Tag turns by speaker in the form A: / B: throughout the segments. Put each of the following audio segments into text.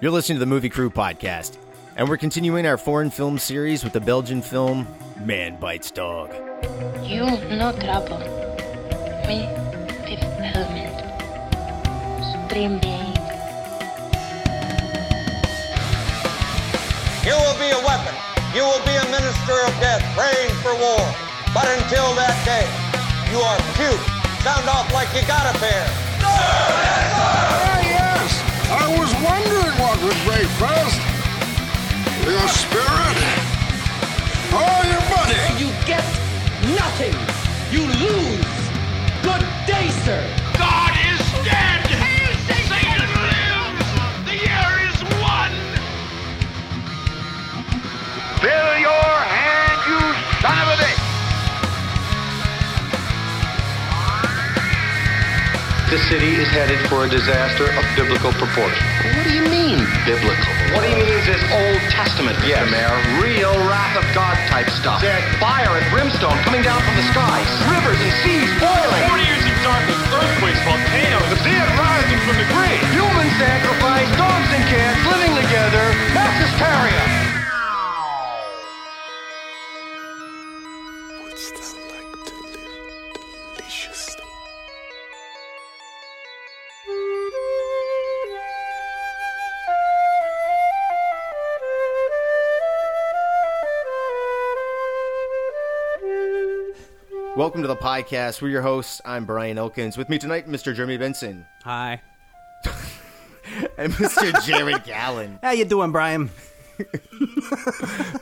A: You're listening to the Movie Crew podcast, and we're continuing our foreign film series with the Belgian film Man Bites Dog.
B: You no trouble. Me with helmet. Supreme being.
C: You will be a weapon. You will be a minister of death, praying for war. But until that day, you are cute. Sound off like you got a pair.
D: Ah, yes! I was wondering what would break first. Your spirit or your money?
E: You get nothing. You lose. Good day, sir.
F: God is dead! Satan lives! The year is one! Fill your hand, you son of a bitch!
G: The city is headed for a disaster of biblical proportion. What do you mean, biblical? What he means is Old Testament, yes. Mayor. Real wrath of God type stuff. There's fire and brimstone coming down from the skies. Rivers and seas boiling.
H: 40 years of darkness, earthquakes, volcanoes, the dead rising from the grave.
G: Human sacrifice, dogs and cats living together. Mass hysteria.
A: Welcome to the podcast. We're your hosts. I'm Brian Elkins. With me tonight, Mr. Jeremy Benson
I: Hi.
A: and Mr. Jared Gallen.
I: How you doing, Brian?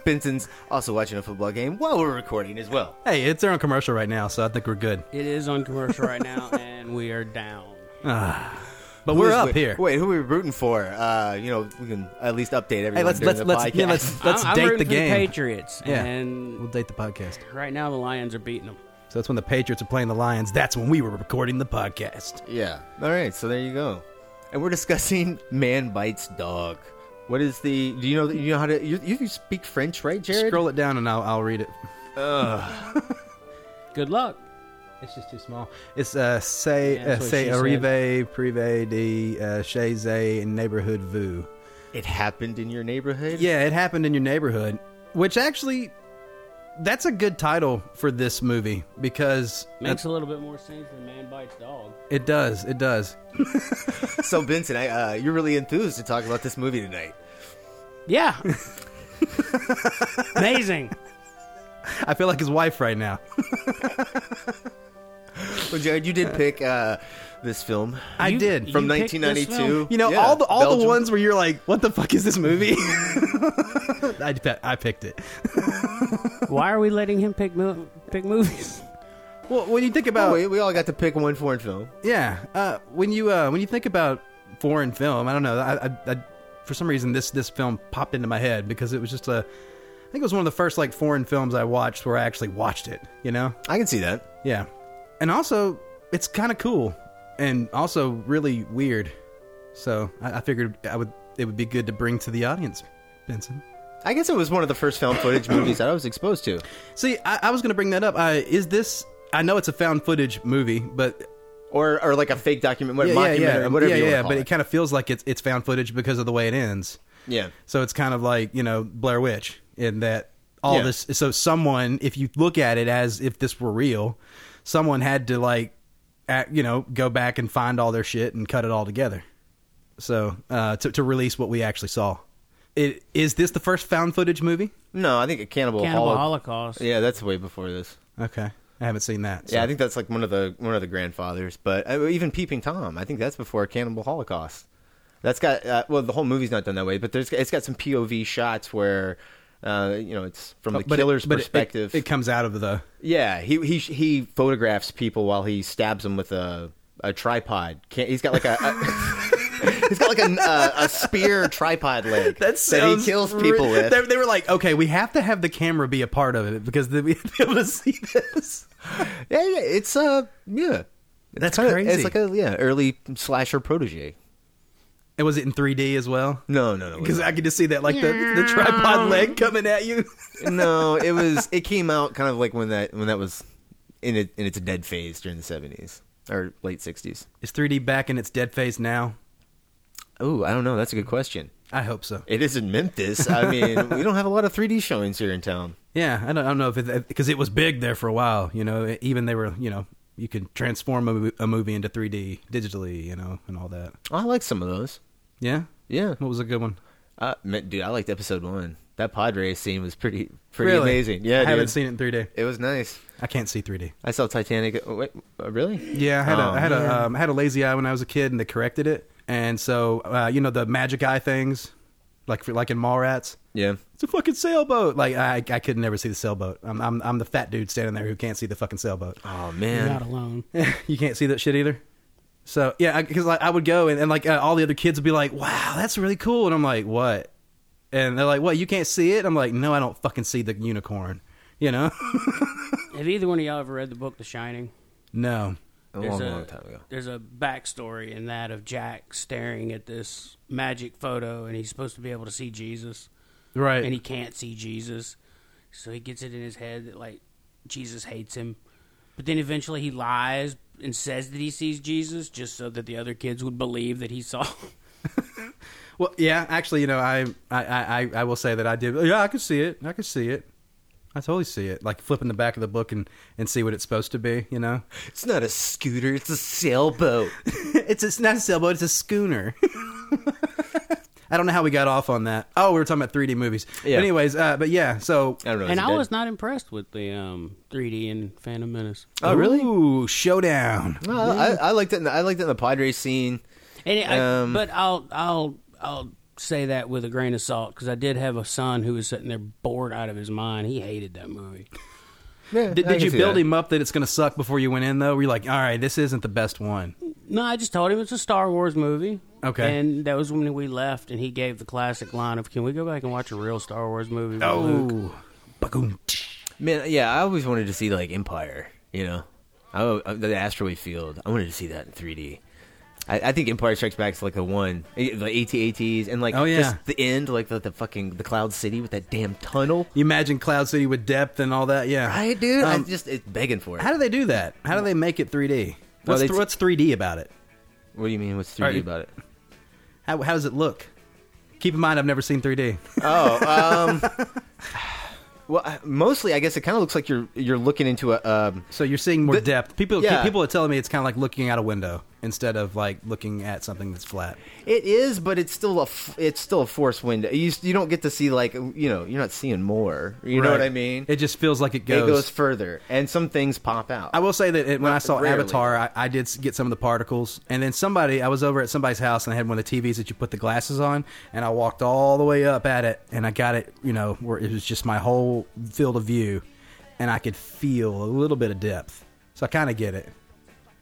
A: Benson's also watching a football game while we're recording as well.
J: Hey, it's their own commercial right now, so I think we're good.
I: It is on commercial right now, and we are down.
J: But we're
A: Who's-
J: up
A: wait-
J: here.
A: Wait, who are we rooting for? Uh, you know, we can at least update everyone
J: hey, let's
A: during
J: let's
A: the
J: let's
A: podcast.
J: yeah, let's let's
I: I'm, I'm
J: date
I: rooting
J: the
I: for
J: game.
I: the Patriots,
J: Yeah, we'll
I: and
J: date the podcast.
I: right now the Lions are beating them.
J: So that's when the Patriots are playing the Lions. That's when we were recording the podcast.
A: Yeah. All right. So there you go. And we're discussing man bites dog. What is the? Do you know? You know how to? You, you speak French, right, Jared?
J: Scroll it down and I'll I'll read it.
I: Good luck.
J: It's just too small. It's uh say
I: Yeah,
J: uh,
I: that's what
J: say
I: she said.
J: arrive prive de uh, chez neighborhood vu.
A: It happened in your neighborhood.
J: Yeah, it happened in your neighborhood, which actually that's a good title for this movie because
I: Makes a little bit more sense than man bites dog.
J: it does it does
A: So Benson, I, uh, you're really enthused to talk about this movie tonight.
I: Yeah. Amazing.
J: I feel like his wife right now.
A: Well, Jared, you did pick uh, this film
J: I did.
A: from
I: You picked this
A: 1992.
I: film?
J: You know,
A: Yeah,
J: all the all the
A: Belgium.
J: ones where you're like, "What the fuck is this movie?" I, pe- I picked it.
I: Why are we letting him pick mo- pick movies?
J: Well, when you think
A: Oh,
J: about
A: we, we all got to pick one foreign film.
J: yeah, uh, when you uh, when you think about foreign film, I don't know. I, I, I for some reason this this film popped into my head because it was just a. I think it was one of the first like foreign films I watched where I actually watched it. You know,
A: I can see that.
J: yeah, and also it's kind of cool and also really weird. So I, I figured I would it would be good to bring to the audience, Benson.
A: I guess it was one of the first found footage movies that I was exposed to.
J: See, I, I was going to bring that up. I, is this? I know it's a found footage movie, but
A: Or, or like a fake document, what,
J: yeah, yeah,
A: mockumentary, whatever
J: yeah, yeah,
A: you want
J: yeah,
A: to call
J: But it,
A: it.
J: kind of feels like it's it's found footage because of the way it ends.
A: yeah,
J: So it's kind of like you know Blair Witch in that all
A: Yeah.
J: this. So someone, if you look at it as if this were real, someone had to like, act, you know, go back and find all their shit and cut it all together. So uh, to to release what we actually saw. It, is this the first found footage movie?
A: no, I think a cannibal,
I: Cannibal
A: Holo-
I: Holocaust.
A: Yeah, that's way before this.
J: Okay, I haven't seen that. so-
A: Yeah, I think that's like one of the one of the grandfathers. But uh, even Peeping Tom, I think that's before Cannibal Holocaust. That's got uh, well, the whole movie's not done that way, but there's it's got some POV shots where. Uh, you know, it's from the
J: Oh, But it-
A: killer's
J: but it- it-
A: perspective.
J: it comes out of the
A: yeah, he he he photographs people while he stabs them with a a tripod. Can't, he's got like a, a- he's got like a, a, a spear tripod leg that he
J: sounds
A: kills
J: ri-
A: people with.
J: They, they were like, okay, we have to have the camera be a part of it because they'll be able to see this.
A: Yeah, yeah, it's uh, yeah,
J: That's
A: Kinda-
J: crazy.
A: It's like a yeah early slasher protege.
J: and was it in 3D as well?
A: No, no, no. it
J: Because I could just see that, like the, the tripod leg coming at you.
A: no, it was it came out kind of like when that when that was in it in its dead phase during the seventies or late sixties.
J: Is 3D back in its dead phase now?
A: Ooh, I don't know. That's a good question.
J: I hope so.
A: It is in Memphis. I mean, we don't have a lot of 3D showings here in town.
J: Yeah, I don't, I don't know if it because it was big there for a while. You know, e, even they were you know you could transform a, mo- a movie into 3D digitally. You know, and all that.
A: Oh, I like some of those.
J: Yeah,
A: Yeah.
J: what was a good one?
A: Uh, man, dude, I liked episode one. That pod race scene was pretty pretty
J: Really?
A: amazing. Yeah,
J: I haven't
A: dude.
J: seen it in 3D.
A: It was nice.
J: I can't see 3D.
A: I saw Titanic. oh, Wait, uh, really?
J: Yeah, I had
A: Oh,
J: a I had
A: man.
J: a um, I had a lazy eye when I was a kid, and they corrected it. And so uh, you know the magic eye things, like for, like in Mallrats.
A: Yeah.
J: It's a fucking sailboat. Like I, I could never see the sailboat. I'm, I'm, I'm the fat dude standing there who can't see the fucking sailboat.
A: Oh
I: You're
A: man.
I: not alone.
J: you can't see that shit either. So yeah, because like I would go and, and like uh, all the other kids would be like, "Wow, that's really cool," and I'm like, "What?" And they're like, "What? You can't see it?" I'm like, "No, I don't fucking see the unicorn." You know?
I: Have either one of y'all ever read the book The Shining?
J: no.
A: a long, long time ago.
I: There's a backstory in that of Jack staring at this magic photo, and he's supposed to be able to see Jesus,
J: Right.
I: and he can't see Jesus, so he gets it in his head that like Jesus hates him. But then eventually he lies and says that he sees Jesus just so that the other kids would believe that he saw.
J: well, yeah. Actually, you know, I, I, I, I- I will say that I did. Yeah, I could see it. I could see it. I totally see it. Like flipping the back of the book and and see what it's supposed to be. You know.
A: It's not a scooter. It's a sailboat.
J: it's it's not a sailboat. It's a schooner. I don't know how we got off on that. Oh, we were talking about 3D movies.
A: Yeah.
J: But anyways, uh, but yeah. So,
A: I don't know. Oh, is
I: and
A: it
I: I
A: dead?
I: was not impressed with the um, 3D in Phantom Menace.
A: Oh really?
J: Ooh, showdown.
A: No, I, I liked it. In the, I liked it in the pod race scene.
I: And it,
A: Um,
I: I, but I'll I'll I'll say that with a grain of salt because I did have a son who was sitting there bored out of his mind. He hated that movie.
A: Yeah,
J: Did, did you build him up that it's going to suck before you went in though? Were you like, all right, this isn't the best one?
I: No, I just told him it's a Star Wars movie.
J: Okay.
I: and that was when we left, and he gave the classic line of, "Can we go back and watch a real Star Wars movie?" with Luke?"
J: Oh, Bagoom.
A: Man, yeah, I always wanted to see like Empire. You know, I, I- the asteroid field. I wanted to see that in 3D. I, I think Empire Strikes Back is like the one, eh, the AT-ATs, and like
J: Oh, yeah.
A: just the end, like the, the fucking the Cloud City with that damn tunnel.
J: You imagine Cloud City with depth and all that? Yeah,
A: Right, dude.
J: Um,
A: I just it's begging for it.
J: how do they do that? How do they make it 3D?
A: Well,
J: What's,
A: they
J: th-
A: t-
J: what's 3D about it?
A: what do you mean? What's 3D
J: Alright.
A: about it?
J: How, how does it look? Keep in mind, I've never seen 3D.
A: Well, I- mostly, I guess it kind of looks like you're you're looking into a. Um,
J: So you're seeing more
A: The-
J: depth. People
A: yeah.
J: people are telling me it's kind of like looking out a window instead of like looking at something that's flat.
A: it is, but it's still a f- it's still a force window. You s- you don't get to see like you know you're not seeing more. You know what I mean?
J: It just feels like it
A: It
J: goes.
A: goes further, and some things pop out.
J: I will say that it, when I saw
A: rarely.
J: Avatar, I, I did s- get some of the particles, and then somebody I was over at somebody's house and I had one of the TVs that you put the glasses on, and I walked all the way up at it, and I got it, you know, where it was just my whole field of view, and I could feel a little bit of depth. So I kind of get it.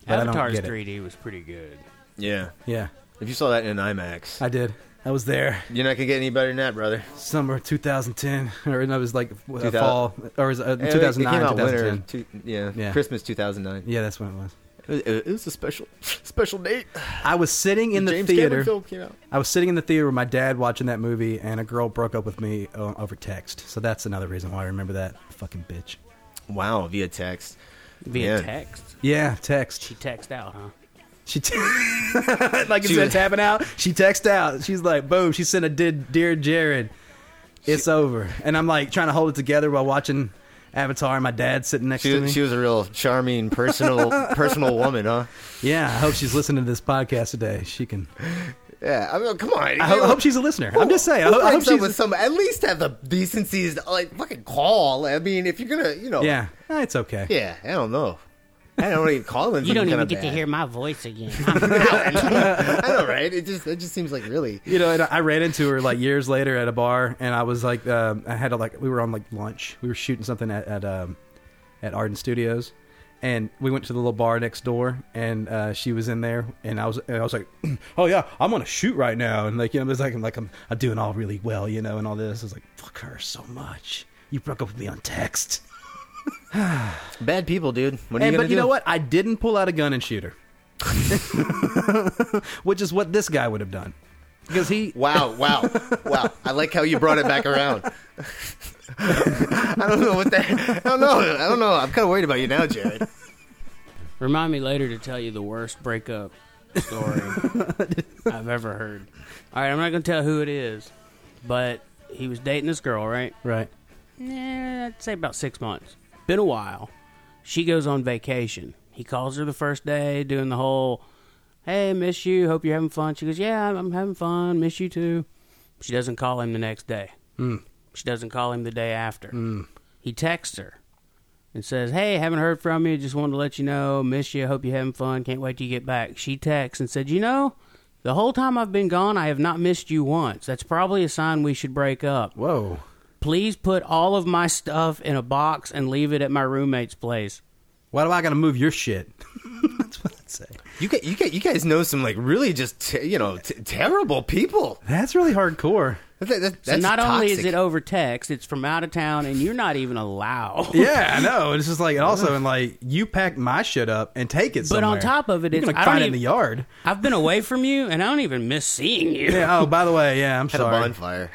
J: But I don't
I: Avatar's
J: get it.
I: 3D was pretty good.
A: yeah,
J: Yeah,
A: if you saw that in an IMAX,
J: I did. I was there.
A: you're not gonna get any better than that, brother.
J: summer 2010 or no, it was like uh,
A: 2000
J: fall or is it, uh,
A: And it-
J: 2009
A: it came out
J: 2010
A: winter, two, yeah,
J: Yeah.
A: Christmas 2009.
J: yeah that's when it was
A: It was, it was a special special date.
J: i was sitting in the
A: James Cameron
J: theater
A: film came out.
J: i was sitting in the theater with my dad watching that movie and a girl broke up with me uh, over text so that's another reason why i remember that fucking bitch
A: Wow, via text.
I: Via
A: Yeah.
I: text,
J: yeah text
I: she texted out, huh?
J: she t- like
A: She
J: instead of
A: was-
J: tapping out she texted out she's like boom she sent a did dear jared it's over and i'm like trying to hold it together while watching avatar and my dad sitting next to
A: She,
J: me
A: she was a real charming, personal, personal woman, huh?
J: yeah i hope she's listening to this podcast today she can
A: Yeah, I mean, come on.
J: I ho- I hope she's a listener. I'm just saying. I, ho- I hope she's.
A: with some. At least have the decencies to like fucking call. I mean, if you're gonna, you know,
J: yeah, Eh, it's okay.
A: yeah. I don't know. I don't even call them.
I: You don't even get to hear my voice again.
A: I know, right? It just it just seems like really.
J: You know, and I I ran into her like years later at a bar, and I was like, um, I had to like, we were on like lunch. We were shooting something at at, um, at Arden Studios, and we went to the little bar next door, and uh, she was in there, and I was, and I was like, oh yeah, I'm on a shoot right now, and like, you know, it was like, I'm like, I'm, I'm doing all really well, you know, and all this. I was like, fuck her so much. You broke up with me on text.
A: Bad people, dude. What are
J: And,
A: you gonna
J: but
A: do?
J: you know what? I didn't pull out a gun and shoot her, which is what this guy would have done. Because he,
A: Wow, wow, wow! I like how you brought it back around. I don't know what that. I don't know. I don't know. I'm kind of worried about you now, Jared.
I: Remind me later to tell you the worst breakup story I've ever heard. All right, I'm not going to tell who it is, but he was dating this girl, right?
J: Right.
I: Nah, Eh, I'd say about six months. Been a while. She goes on vacation. He calls her the first day, doing the whole, hey, miss you, hope you're having fun. She goes, yeah, I'm- I'm having fun, miss you too. She doesn't call him the next day.
J: Mm.
I: She doesn't call him the day after.
J: Mm.
I: He texts her and says, Hey, haven't heard from you. Just wanted to let you know. Miss you. Hope you're having fun. Can't wait till you get back. She texts and said, You know, the whole time I've been gone, I have not missed you once. That's probably a sign we should break up.
J: Whoa.
I: Please put all of my stuff in a box and leave it at my roommate's place.
J: Why do I got to move your shit?
A: You guys, you guys, you guys know some like really just te- you know t- terrible people.
J: That's really hardcore.
A: That, that,
I: So
A: that's
I: not only is
A: toxic.
I: it
J: oh,
I: over text, it's from out of town, and you're not even allowed.
J: yeah, I know. It's just like and also and like you pack my shit up and take it.
I: But
J: somewhere.
I: on top of it,
J: You're
I: it's-
J: gonna
I: I don't
J: find it in the
I: even-
J: yard.
I: I've been away from you, and I don't even miss seeing you.
J: Yeah. Oh, by the way, yeah. I'm
A: Had
J: sorry.
A: a bonfire.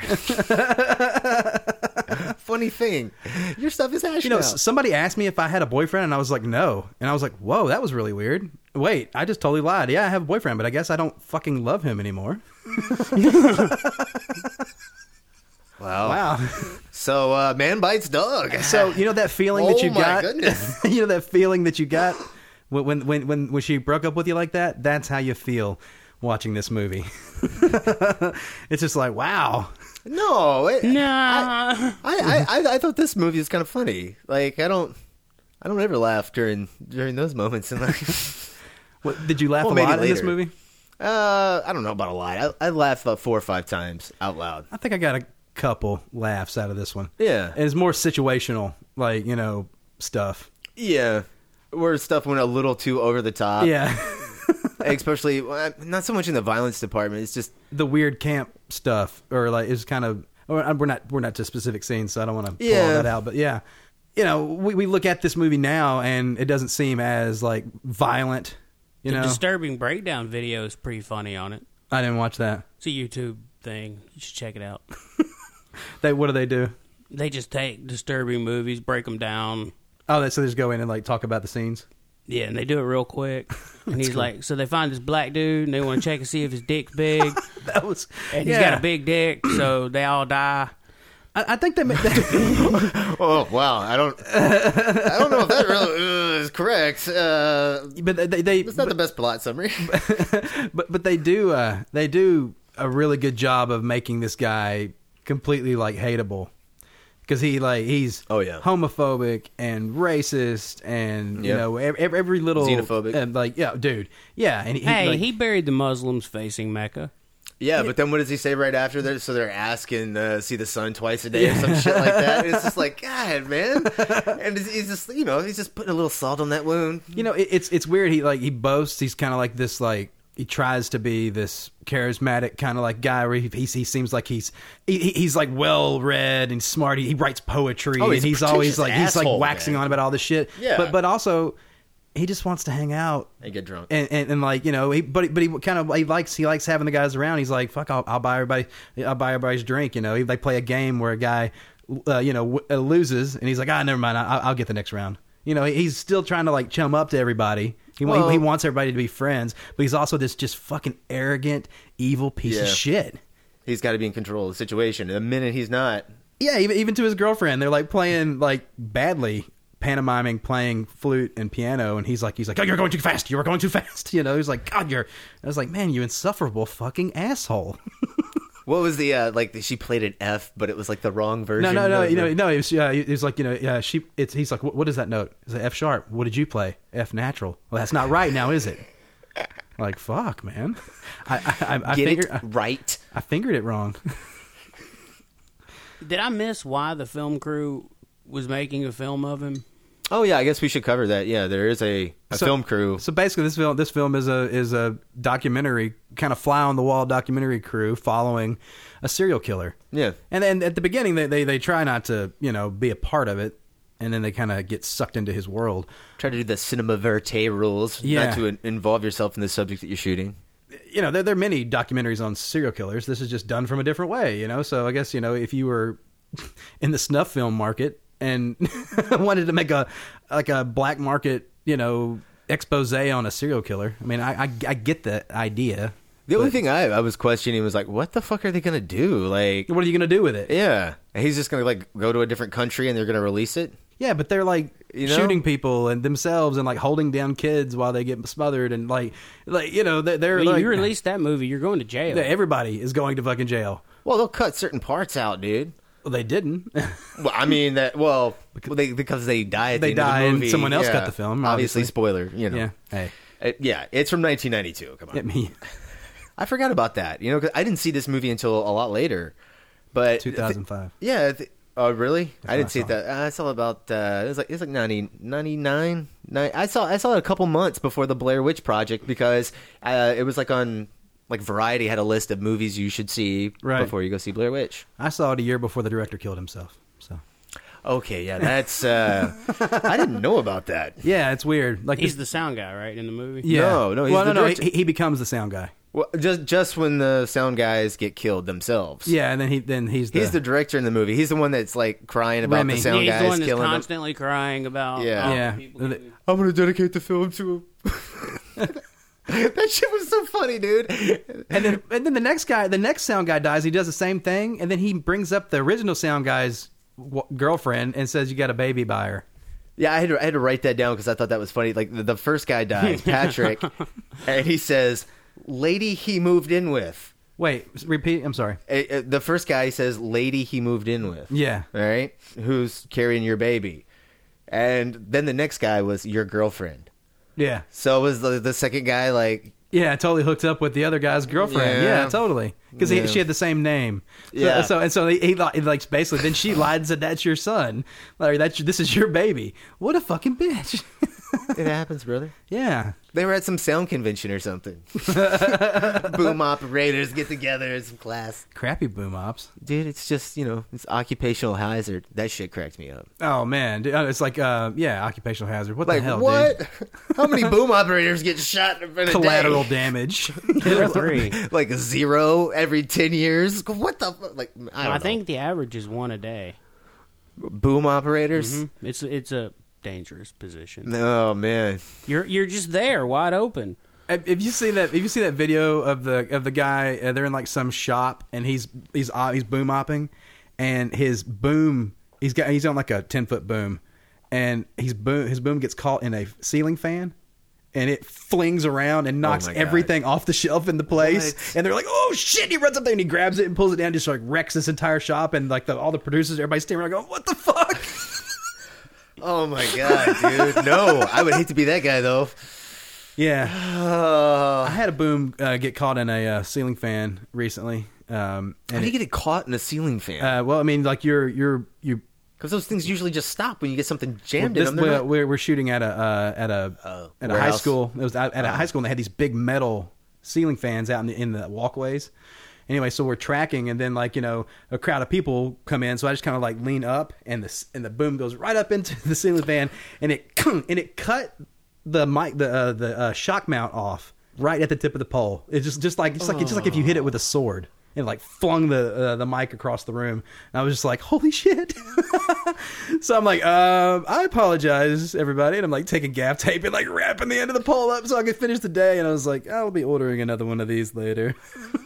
A: Funny thing, your stuff is hashed
J: You know,
A: out.
J: s- somebody asked me if I had a boyfriend, and I was like, no. And I was like, whoa, that was really weird. Wait, I just totally lied. Yeah, I have a boyfriend, but I guess I don't fucking love him anymore.
A: wow.
J: Wow.
A: So uh, man bites dog.
J: So you know that feeling
A: Oh
J: that you
A: my
J: got.
A: goodness.
J: you know that feeling that you got when when- when when when she broke up with you like that. That's how you feel watching this movie. it's just like wow.
A: no, it,
I: Nah.
A: I, I,
J: Mm-hmm.
A: I, I thought this movie was kind of funny. Like I don't, I don't ever laugh during during those moments in life.
J: What, did you laugh
A: Well,
J: a
A: maybe
J: lot in this
A: later.
J: movie?
A: Uh, I don't know about a lot. I, I laughed about four or five times out loud.
J: I think I got a couple laughs out of this one.
A: Yeah.
J: And it's more situational, like you know stuff.
A: Yeah, where stuff went a little too over the top.
J: yeah,
A: especially well, not so much in the violence department. It's just
J: the weird camp stuff, or like it's kind of. Or uh, we're not we're not to specific scenes, so I don't want to pull all
A: Yeah.
J: that out. But yeah, you know, we, we look at this movie now, and it doesn't seem as like violent. You
I: the
J: know,
I: disturbing breakdown video is pretty funny on it.
J: I didn't watch that.
I: It's a YouTube thing. You should check it out.
J: They what do they do?
I: They just take disturbing movies, break them down.
J: Oh, they so they just go in and like talk about the scenes.
I: Yeah, and they do it real quick. And he's like, so they find this black dude, and they want to check and see if his dick's big,
J: That was
I: and
J: yeah.
I: he's got a big dick, so they all die.
J: I, I think they made that.
A: oh wow, I don't, I don't know if that really uh, is correct. Uh,
J: but they, they
A: it's not the best plot summary.
J: but but they do uh they do a really good job of making this guy completely like hateable because he like he's
A: Oh, yeah.
J: homophobic and racist and you
A: Yeah.
J: know every, every little
A: Xenophobic.
J: and, like yeah dude yeah and he,
I: Hey,
J: like-
I: he buried the Muslims facing Mecca.
A: yeah, but then what does he say right after that? So they're asking uh, see the sun twice a day or some shit like that. And it's just like God, man. And he's- he's just you know he's just putting a little salt on that wound.
J: you know it, it's it's weird he like he boasts he's kind of like this like he tries to be this charismatic kind of like guy where he, he, he seems like he's he, he- he's like well read and smart he, he writes poetry
A: Oh, he's
J: and
A: a
J: he's always
A: pretentious
J: like he's like
A: asshole,
J: waxing
A: man.
J: on about all this shit
A: Yeah.
J: but but also he just wants to hang out
A: And get drunk.
J: and, and, and like you know he but but he kind of he likes he likes having the guys around he's like fuck I'll, I'll buy everybody I'll buy everybody's drink you know he, they play a game where a guy uh, you know w- uh, loses and he's like ah never mind I, I'll get the next round you know he- he's still trying to like chum up to everybody he, wa-
A: Well-
J: he, he wants everybody to be friends but he's also this just fucking arrogant evil piece of
A: Yeah.
J: shit
A: He's got to be in control of the situation. And the minute he's not,
J: yeah even, even to his girlfriend they're like playing like badly pantomiming playing flute and piano and he's like he's like oh you're going too fast you're going too fast you know he's like god you're i was like man you insufferable fucking asshole
A: what was the uh, like? She played an F, but it was like the wrong version.
J: no no no
A: of
J: you
A: the-
J: know no it was, yeah, it was like you know yeah she it's he's like what, what is that note it's like f sharp what did you play f natural well that's not right now is it like fuck man i i i, uh, I
A: get
J: figured
A: it
J: I,
A: right.
J: I fingered it wrong
I: Did I miss why the film crew was making a film of him?
A: Oh yeah, I guess we should cover that. Yeah, there is a, a
J: So-
A: film crew.
J: So basically, this film this film is a is a documentary kind of fly on the wall documentary crew following a serial killer.
A: Yeah.
J: and then at the beginning they they, they try not to you know be a part of it, and then they kind of get sucked into his world.
A: Try to do the cinema verite rules,
J: Yeah.
A: not to in- involve yourself in the subject that you're shooting.
J: You know, there there are many documentaries on serial killers. This is just done from a different way. You know, so I guess you know if you were in the snuff film market and wanted to make a like a black market you know expose on a serial killer. I mean, I I, I get the idea.
A: The only thing I, I was questioning was like, what the fuck are they gonna do? Like,
J: what are you gonna do with it?
A: Yeah, And he's just gonna like go to a different country and they're gonna release it.
J: Yeah, but they're like
A: You know?
J: shooting people and themselves and like holding down kids while they get smothered and like like you know they- they're
I: I mean,
J: like
I: you release that movie, you're going to jail.
J: Yeah, everybody is going to fucking jail.
A: Well, they'll cut certain parts out, dude.
J: Well, they didn't.
A: Well, I mean that. Well, well, they, because they die. At
J: They
A: the end of the
J: die and
A: movie.
J: someone else
A: Yeah.
J: cut the film, obviously.
A: spoiler. You know.
J: Yeah. Hey.
A: Uh, yeah, it's from 1992. Come on.
J: Hit me.
A: I forgot about that. You know, 'cause I didn't see this movie until a lot later. But
J: 2005.
A: yeah. Th- oh, really? I
J: I
A: didn't see
J: saw
A: it that. I saw about. Uh, it was like it was like 90, 99. Ni- I saw I saw it a couple months before the Blair Witch Project because uh, it was like on like Variety had a list of movies you should see
J: Right.
A: before you go see Blair Witch.
J: I saw it a year before the director killed himself. So
A: Okay, yeah, that's. Uh, I didn't know about that.
J: yeah, it's weird. Like
I: He's
J: this-
I: the sound guy, right, in the movie?
J: yeah.
A: No, no, he's
J: well,
A: the
J: no, no.
A: director.
J: He, he becomes the sound guy.
A: Well, just just when the sound guys get killed themselves.
J: Yeah, and then he then he's the,
A: He's the director in the movie. He's the one that's like crying about
J: Remy.
A: the
I: Yeah,
A: sound
I: he's the
A: guys
I: one that's
A: killing them.
I: constantly crying about.
A: Yeah.
I: all the
J: yeah.
I: people getting-
A: I'm gonna dedicate the film to him. that shit was so funny, dude.
J: and then and then the next guy, the next sound guy dies. He does the same thing, and then he brings up the original sound guy's w- girlfriend and says, "You got a baby by her."
A: Yeah, I had to, I had to write that down because I thought that was funny. Like the, the first guy dies, Patrick, and he says, "Lady he moved in with."
J: Wait, s- repeat. I'm sorry.
A: Eh, eh, The first guy says, "Lady he moved in with."
J: Yeah.
A: All right, who's carrying your baby? And then the next guy was your girlfriend.
J: Yeah,
A: So was the, the second guy like
J: yeah. Totally hooked up with the other guy's girlfriend. Yeah,
A: Yeah.
J: totally. Because
A: Yeah.
J: she had the same name. So,
A: Yeah.
J: So and so he, he li- like basically then she lied and said that's your son. Like that's your- this is your baby. What a fucking bitch.
A: it happens, brother.
J: yeah.
A: They were at some sound convention or something. Boom operators get together in some class.
J: Crappy boom ops.
A: Dude, it's just, you know, it's occupational hazard. That shit cracked me up.
J: Oh man, Dude, uh, it's like uh, yeah, occupational hazard. What
A: Like,
J: the hell?
A: what?
J: Dude?
A: How many boom operators get shot in a day?
J: Collateral damage.
I: Two or three.
A: Like zero every 10 years? What the fuck? Like, I
I: I,
A: don't know.
I: think the average is one a day.
A: boom operators?
I: It's it's a dangerous position.
A: Oh, man.
I: You're you're just there, wide open.
J: If if you see that, if you see that video of the of the guy, uh, they're in like some shop, and he's he's uh, he's boom opping, and his boom, he's got he's on like a ten foot boom, and he's boom his boom gets caught in a ceiling fan, and it flings around and knocks
A: Oh my God.
J: everything off the shelf in the place,
A: What?
J: and they're like, oh shit! He runs up there and he grabs it and pulls it down, just like wrecks this entire shop, and like the, all the producers, everybody's standing around going, what the fuck?
A: Oh, my God, dude. No, I would hate to be that guy, though.
J: yeah.
A: Uh,
J: I had a boom uh, get caught in a uh, ceiling fan recently. Um,
A: how do
J: and
A: you
J: it-
A: get it caught in a ceiling fan?
J: uh, well, I mean, like you're you're you.
A: Because those things usually just stop when you get something jammed
J: This,
A: in them. They're
J: we're,
A: not-
J: we're we're shooting at a uh, at a at a high
A: warehouse.
J: school. It was at, at a high school, and they had these big metal ceiling fans out in the, in the walkways. Anyway, so we're tracking, and then like you know, a crowd of people come in. So I just kind of like lean up, and the s- and the boom goes right up into the ceiling fan, and it and it cut the mic the uh, the uh, shock mount off right at the tip of the pole. It's just just like just like just like if you hit it with a sword. And like flung the uh, the mic across the room, and I was just like, "Holy shit!" so I'm like, um, "I apologize, everybody," and I'm like taking gaff tape and like wrapping the end of the pole up so I could finish the day. And I was like, "I'll be ordering another one of these later."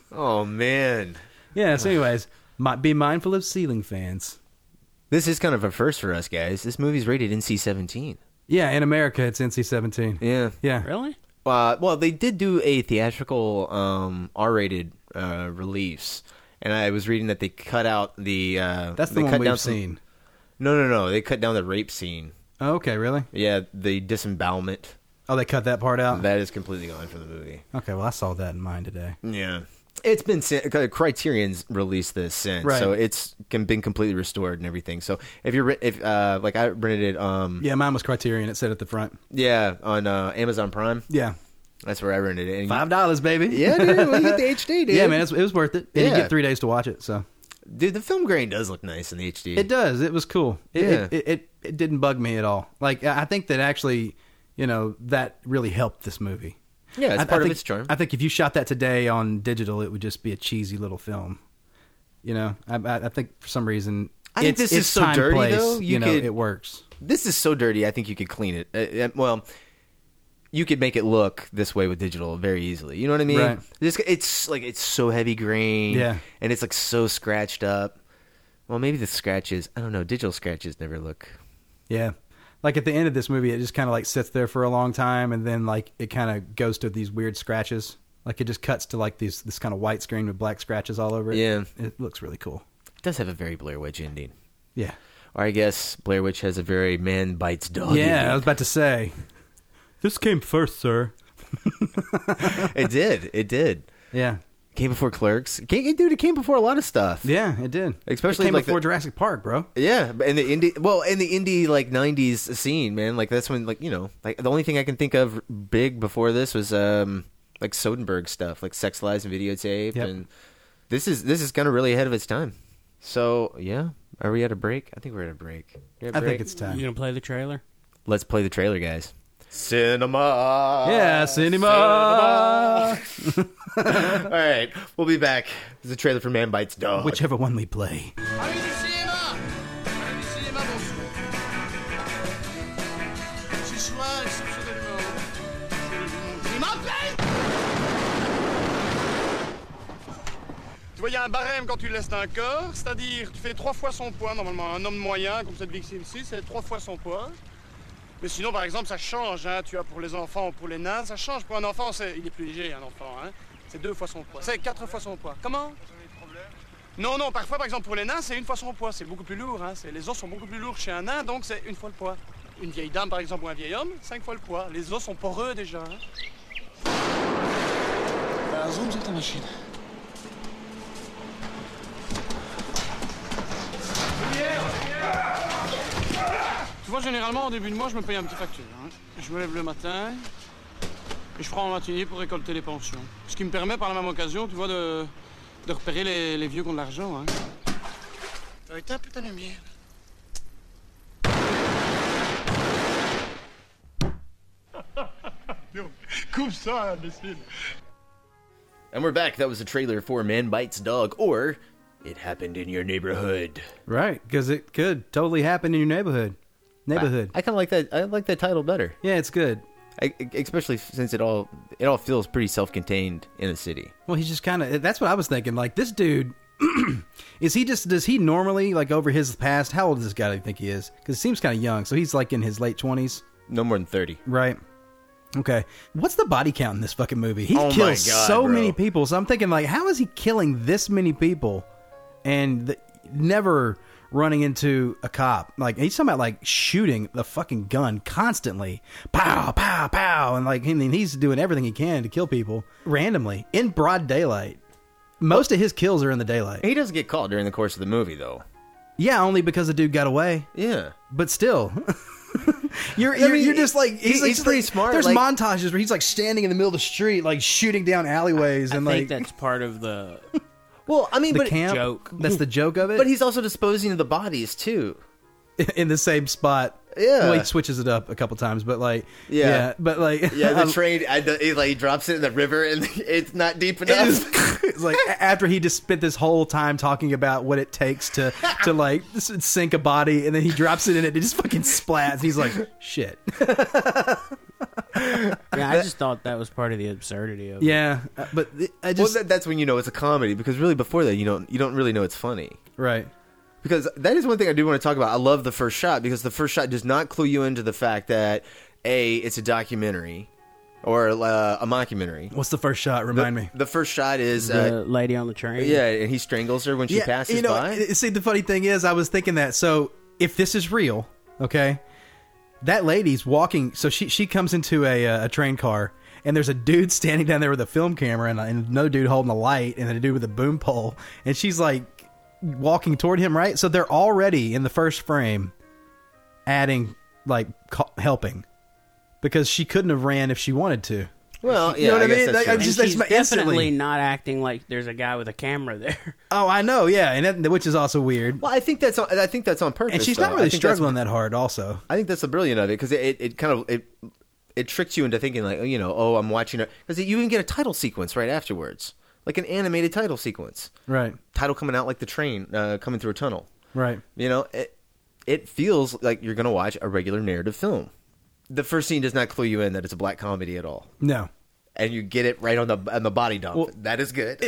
A: oh man,
J: yeah. So, anyways, might be mindful of ceiling fans.
A: this is kind of a first for us guys. This movie's rated NC-17.
J: Yeah, in America, it's NC-17.
A: Yeah.
J: Yeah.
I: Really?
A: Uh, well, they did do a theatrical um, R-rated uh, release, and I was reading that they cut out the. Uh,
J: That's the
A: they
J: one
A: cut
J: we've
A: down some-
J: seen.
A: No, no, no. They cut down the rape scene.
J: Oh, okay, really?
A: Yeah, the disembowelment.
J: Oh, they cut that part out.
A: That is completely gone from the movie.
J: okay, well, I saw that in mine today.
A: Yeah. It's been sin- Criterion's released this since,
J: Right.
A: so it's com- been completely restored and everything. So if you're re- if uh, like I rented it, um,
J: Yeah, mine was Criterion. It said at the front.
A: yeah, on uh, Amazon Prime,
J: Yeah,
A: that's where I rented it. And
J: five dollars, baby.
A: Yeah, dude, well, you get the HD, dude.
J: yeah, man, it's, it was worth it. And you
A: Yeah.
J: get three days to watch it, so
A: dude, the film grain does look nice in the HD.
J: It does. It was cool. It,
A: Yeah.
J: it, it, it, it didn't bug me at all. Like, I I think that actually, you know, that really helped this movie.
A: Yeah, it's
J: I- I
A: part of
J: think-
A: its charm.
J: I think if you shot that today on digital, it would just be a cheesy little film. You know, I, I, I think for some reason,
A: I think this
J: it's-
A: is
J: it's
A: so
J: time,
A: dirty,
J: place,
A: though,
J: You,
A: you
J: know,
A: could-
J: it works.
A: This is so dirty. I think you could clean it. Uh, uh, well, you could make it look this way with digital very easily. You know what I mean?
J: Right.
A: This- it's like it's so heavy grain,
J: Yeah.
A: and it's like so scratched up. Well, maybe the scratches. I don't know. Digital scratches never look.
J: Yeah. Like at the end of this movie, it just kind of like sits there for a long time, and then like it kind of goes to these weird scratches. Like it just cuts to like these this kind of white screen with black scratches all over it.
A: Yeah.
J: it looks really cool.
A: It does have a very Blair Witch ending,
J: Yeah,
A: or I guess Blair Witch has a very man bites dog.
J: yeah. I
A: ending.
J: was about to say, this came first, sir.
A: it did. It did.
J: Yeah,
A: Came before Clerks. It came- dude, it came before a lot of stuff.
J: yeah. It did.
A: Especially
J: it came
A: like
J: before
A: the-
J: Jurassic Park, bro.
A: Yeah, but in the indie, well, in the indie like '90s scene, man, like that's when, like you know, like the only thing I can think of big before this was um like Soderbergh stuff, like Sex Lies and Videotape,
J: Yep.
A: and this is this is kind of really ahead of its time. So yeah, are we at a break? I think we're at a break. We at a
J: I think
A: break?
J: it's time.
I: You gonna play the trailer?
A: Let's play the trailer, guys. Cinema.
J: yeah, uh, cinema.
A: All right, we'll be back. This is a trailer for Man Bites Dog.
J: Whichever one we play.
K: Tu vois, il y a un barème quand tu lestes un corps, c'est-à-dire tu fais trois fois son poids. Normalement, un homme moyen, comme cette victime ici, c'est trois fois son poids. Mais sinon, par exemple, ça change. Hein. Tu as pour les enfants, pour les nains, ça change. Pour un enfant, c'est... il est plus léger, un enfant. Hein. C'est deux fois son poids. C'est quatre fois son poids. Comment Non, non, parfois, par exemple, pour les nains, c'est une fois son poids. C'est beaucoup plus lourd. Hein. C'est- Les os sont beaucoup plus lourds chez un nain, donc c'est une fois le poids. Une vieille dame, par exemple, ou un vieil homme, cinq fois le poids. Les os sont poreux déjà. Hein. zoom sur ta machine. Tu vois, généralement, en début de mois, je me paye un petit facture. hein. Je me lève le matin et je prends un matinée pour récolter les pensions. Ce qui me permet, par la même occasion, tu vois, de, de repérer les, les vieux qui ont de l'argent. Hein. T'as éteint un putain de lumière. Coupe ça, imbécile.
A: And we're back. That was a trailer for Man Bites Dog, or It Happened in Your Neighborhood.
J: Right, because it could totally happen in your neighborhood. Neighborhood.
A: I, kind of like that. I like that title better,
J: yeah, it's good.
A: I, especially since it all it all feels pretty self contained in the city.
J: Well, he's just kind of. That's what I was thinking. Like this dude, is he just? Does he normally like over his past? How old does this guy I think he is? Because he seems kind of young. So he's like in his late twenties,
A: No more than thirty.
J: right? Okay. What's the body count in this fucking movie? He
A: Oh my
J: kills
A: God,
J: so
A: bro.
J: many people. So I'm thinking like, how is he killing this many people and the, never running into a cop? Like he's talking about like shooting the fucking gun constantly, pow, pow, pow, and like I mean, he's doing everything he can to kill people randomly in broad daylight. Most of his kills are in the daylight.
A: He doesn't get caught during the course of the movie, though.
J: Yeah, only because the dude got away.
A: Yeah,
J: But still. You're, you're,
A: mean,
J: you're just like
A: he-
J: like-
A: he's pretty smart,
J: There's
A: like-
J: montages where he's like standing in the middle of the street, like shooting down alleyways,
I: I
J: and
I: think
J: like
I: that's part of the
A: Well, I mean,
J: the
A: but
J: camp.
I: joke.
J: That's the joke of it.
A: but he's also disposing of the bodies too.
J: in the same spot.
A: Yeah.
J: well, he switches it up a couple times, but like
A: Yeah.
J: yeah, but like um, I-
A: train. I, he like drops it in the river, and it's not deep
J: It's it's like a- after he just spent this whole time talking about what it takes to to like s- sink a body, and then he drops it in it, and it just fucking splats. He's like, shit.
I: yeah. I just thought that was part of the absurdity of. it.
J: Yeah, uh, but it- I
A: well,
J: just
A: that, that's when you know it's a comedy because really before that you don't you don't really know it's funny.
J: right.
A: because that is one thing I do want to talk about. I love the first shot because the first shot does not clue you into the fact that a it's a documentary or uh, a mockumentary.
J: What's the first shot? Remind me.
A: The first shot is
I: The
A: uh,
I: lady on the train.
A: yeah, and he strangles her when she passes
J: you know,
A: by.
J: it- See, the funny thing is, I was thinking that. So, if this is real, okay, that lady's walking. So she she comes into a uh, a train car, and there's a dude standing down there with a film camera, and, and another dude holding a light, and then a dude with a boom pole, and she's like walking toward him, right? So they're already in the first frame, adding like ca- helping, because she couldn't have ran if she wanted to.
A: well, yeah,
J: you know what I
A: guess
J: mean?
A: that's
J: Like, I
A: true.
I: And
J: just-
I: she's
J: that's my-
I: definitely
J: instantly-
I: not acting like there's a guy with a camera there.
J: Oh, I know, yeah, and that, which is also weird.
A: well, I think that's on, I think that's on purpose.
J: And she's
A: though.
J: not really
A: I think that's-
J: struggling that hard, also.
A: I think that's the brilliant of it because it, it, it kind of it it tricks you into thinking like oh, you know oh I'm watching it because you even get a title sequence right afterwards like an animated title sequence
J: Right.
A: title coming out like the train uh, coming through a tunnel
J: Right.
A: You know, it it feels like you're going to watch a regular narrative film. the first scene does not clue you in that it's a black comedy at all,
J: No.
A: and you get it right on the on the body dump. that is good.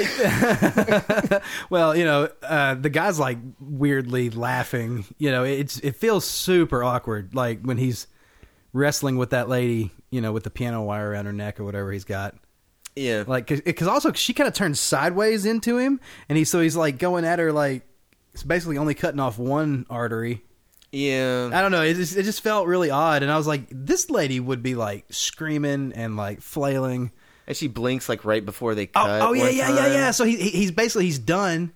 J: Well, you know, uh, the guy's like weirdly laughing. You know, it's it feels super awkward, like when he's wrestling with that lady. You know, with the piano wire around her neck or whatever he's got.
A: Yeah,
J: like because also she kind of turns sideways into him, and he so he's like going at her like it's basically only cutting off one artery.
A: Yeah,
J: I don't know. It just, it just felt really odd, and I was like, this lady would be like screaming and like flailing.
A: And she blinks like right before they
J: Oh,
A: cut.
J: oh yeah,
A: one
J: yeah, yeah,
A: time.
J: yeah. So he, he he's basically he's done.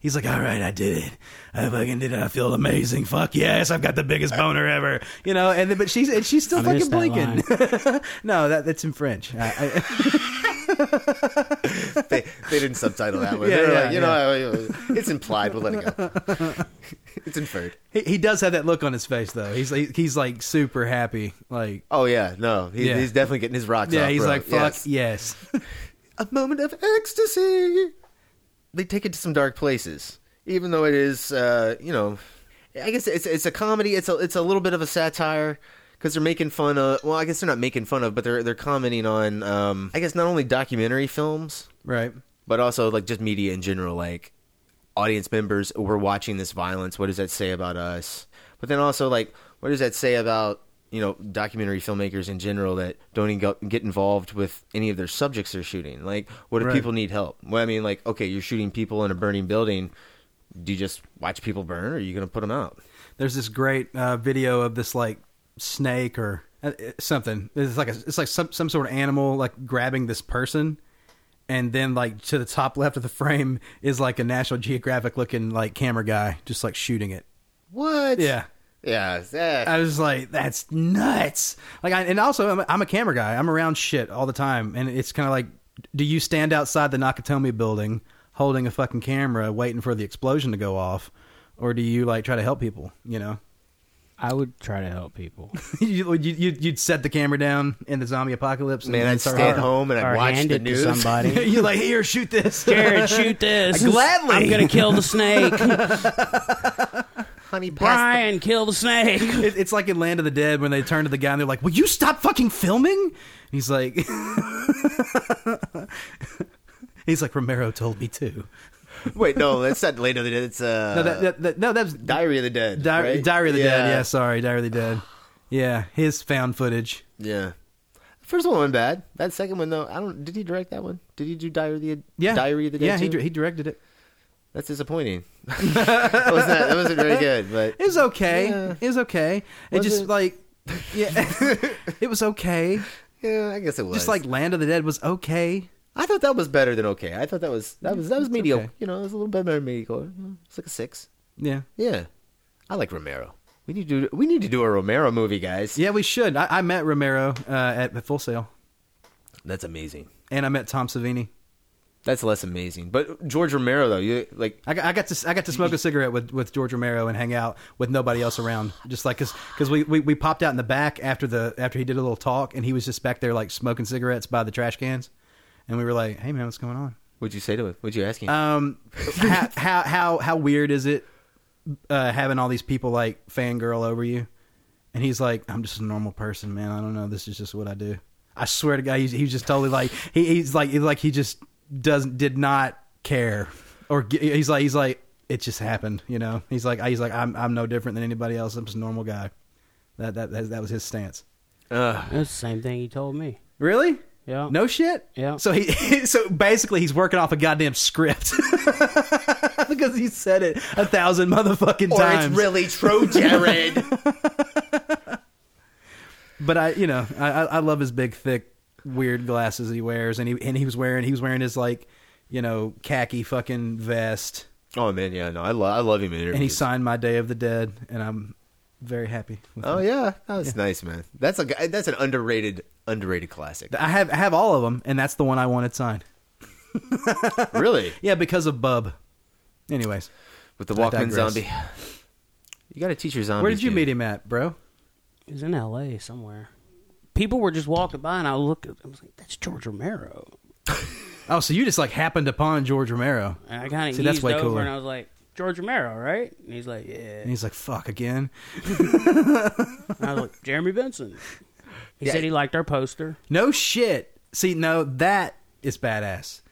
J: He's like, all right, I did it. I fucking did it. I feel amazing. Fuck yes, I've got the biggest boner ever. You know, and then, but she's and she's still
I: I
J: fucking
I: missed
J: blinking.
I: that
J: no, that that's in French. I, I,
A: they, they didn't subtitle that one.
J: Yeah,
A: they were
J: yeah,
A: like, you know, it's implied. We'll let it go. it's inferred.
J: he, he does have that look on his face though. He's like, he's like super happy. Like
A: Oh yeah, no, he,
J: Yeah.
A: he's definitely getting his rocks
J: yeah,
A: off,
J: he's
A: bro.
J: like fuck yes.
A: a moment of ecstasy. They take it to some dark places, even though it is, uh, you know, I guess it's it's a comedy. It's a it's a little bit of a satire because they're making fun of. Well, I guess they're not making fun of, but they're they're commenting on. Um, I guess not only documentary films,
J: right?
A: But also like just media in general, like audience members. We're watching this violence. What does that say about us? But then also like, what does that say about you know documentary filmmakers in general that don't even go, get involved with any of their subjects they're shooting? Like, what if
J: Right.
A: people need help? Well, I mean, like, okay, you're shooting people in a burning building. Do you just watch people burn, or are you going to put them out?
J: There's this great uh, video of this like snake or uh, uh, something. It's like a, it's like some some sort of animal like grabbing this person, and then like to the top left of the frame is like a National Geographic looking like camera guy just like shooting it.
A: What?
J: Yeah.
A: Yeah.
J: I was like, that's nuts. Like, I, and also, I'm, I'm a camera guy. I'm around shit all the time, and it's kind of like, do you stand outside the Nakatomi building holding a fucking camera, waiting for the explosion to go off, or do you like try to help people? You know,
I: I would try to help people.
J: you, you you'd- you'd set the camera down in the zombie apocalypse.
A: Man,
J: then
A: I'd
J: start-
A: stay at home and I'd
I: or
A: watch
I: hand
A: the
I: it to
A: news.
I: somebody.
J: You're like, here, shoot this,
I: Jared, shoot this.
J: Gladly,
I: I'm gonna kill the snake.
A: Honey,
I: Brian, kill the snake.
J: It, it's like in Land of the Dead when they turn to the guy and they're like, "Will you stop fucking filming?" And he's like, "He's like Romero told me to."
A: Wait, no, that's not Later Than Dead. It's uh,
J: No, that, that, that, no that's
A: Diary of the Dead.
J: Di-
A: right?
J: Diary of the Dead. Yeah, sorry, Diary of the Dead. Yeah, his found footage.
A: Yeah. First one wasn't bad. That second one though, I don't. Did he direct that one? Did he do Diary of the
J: Yeah,
A: Diary of the Dead?
J: Yeah, he,
A: too?
J: dir- he directed it.
A: That's disappointing. that, wasn't, that wasn't very good, but
J: It was okay. It was okay. It
A: Was
J: just
A: it?
J: like, yeah, it was okay.
A: yeah, I guess it was.
J: Just like Land of the Dead was okay.
A: I thought that was better than okay. I thought that was that was that was
J: It's
A: mediocre.
J: okay.
A: You know, it was a little bit better than mediocre. It's like a six.
J: Yeah,
A: Yeah, I like Romero. We need to do, we need to do a Romero movie, guys.
J: yeah, we should. I, I met Romero uh, at the Full Sail,
A: That's amazing.
J: and I met Tom Savini.
A: That's less amazing. But George Romero though, you like
J: I got, I got to I got to smoke a cigarette with, with George Romero and hang out with nobody else around. Just like because we, we we popped out in the back after the after he did a little talk and he was just back there like smoking cigarettes by the trash cans, and we were like, hey man, what's going on?
A: what'd you say to him? What'd you ask him?
J: Um, how, how how how weird is it uh, having all these people like fangirl over you? And he's like, I'm just a normal person, man. I don't know. This is just what I do. I swear to God, he's, he's just totally like he, he's like he's like he just doesn't did not care or g- he's like he's like it just happened, you know. He's like he's like I'm I'm no different than anybody else. I'm just a normal guy. That that that, that was his stance.
A: Ugh.
I: That's the same thing he told me.
J: Really?
I: Yeah.
J: No shit.
I: Yeah.
J: So he, so basically, he's working off a goddamn script because he said it a thousand motherfucking
A: or
J: times.
A: Oh, it's really true, Jared.
J: but I, you know, I, I I love his big, thick, weird glasses he wears, and he and he was wearing he was wearing his like, you know, khaki fucking vest,
A: oh man, yeah, no, I love I love him in interviews.
J: and he signed my Day of the Dead, and I'm very happy. With
A: Oh
J: that.
A: yeah, that's nice, man. That's a guy- that's an underrated underrated classic.
J: I have I have all of them, and that's the one I wanted signed.
A: really,
J: Yeah, because of Bub. Anyways,
A: with the
J: I
A: Walkman
J: digress.
A: zombie. You got to teach your zombie.
J: where did you meet him at, bro?
I: He was in L.A. somewhere. People were just walking by, and I looked. At, I was like, "That's George Romero."
J: Oh, so you just like happened upon George Romero.
I: And I kind of
J: See,
I: eased
J: that's way
I: over,
J: cooler.
I: and I was like, "George Romero, right?" And he's like, "Yeah."
J: And he's like, fuck again.
I: And I was like, "Jeremy Benson." He said he liked our poster.
J: No shit. See, no, that is badass.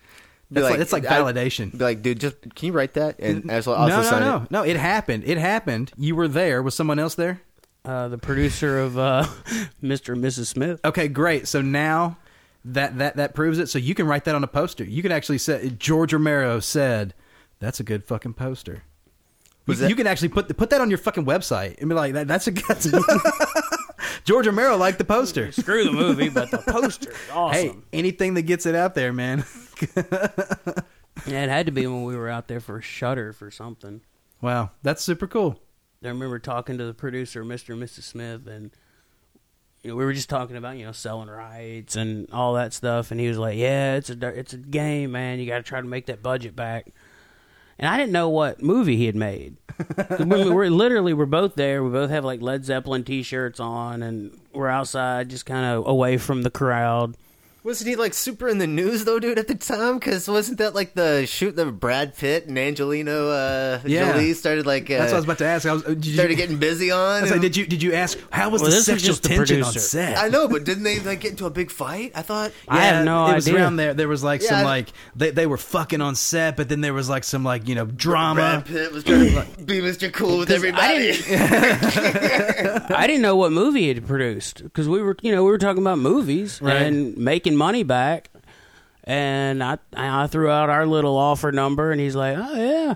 A: Be
J: That's like, that's like
A: I-
J: validation.
A: be like, dude, just can you write that and also,
J: no,
A: also
J: no,
A: sign
J: no,
A: it?
J: no. It happened. It happened. You were there. Was someone else there?
I: Uh, the producer of uh, Mr. and Mrs. Smith.
J: Okay, great. So now that that that proves it. So you can write that on a poster. You can actually say George Romero said that's a good fucking poster. You, you can actually put put that on your fucking website and be like, that, "That's a good." George Romero liked the poster.
I: Screw the movie, but the poster is
J: Hey,
I: awesome.
J: anything that gets it out there, man.
I: Yeah, it had to be when we were out there for Shutter for something.
J: Wow, that's super cool.
I: I remember talking to the producer, Mr. and Mrs. Smith, and you know, we were just talking about you know selling rights and all that stuff, and he was like, "Yeah, it's a dir- it's a game, man. You got to try to make that budget back." And I didn't know what movie he had made. we were literally we're both there. We both have like Led Zeppelin T-shirts on, and we're outside, just kind of away from the crowd.
A: Wasn't he like super in the news though, dude, at the time? Because wasn't that like the shoot that Brad Pitt and Angelino uh,
J: Yeah.
A: Jolie started like uh,
J: That's what I was about to ask. I was, did you,
A: started getting busy
J: I
A: on?
J: was
A: and-
J: like, did you did you ask how was
I: Well,
J: the
I: this was
J: sexual
I: just the
J: tension on
I: producer.
J: set?
A: I know, but didn't they like get into a big fight? I thought
I: I have no
J: it was
I: idea.
J: around there. There was like
A: Yeah, I-
J: some like they, they were fucking on set, but then there was like some like you know drama.
A: Brad Pitt was trying to be Mr. Cool with everybody.
I: I didn't know what movie he had produced because we were, you know, we were talking about movies
J: Right.
I: and making money back. And I, I threw out our little offer number, and he's like, "Oh yeah."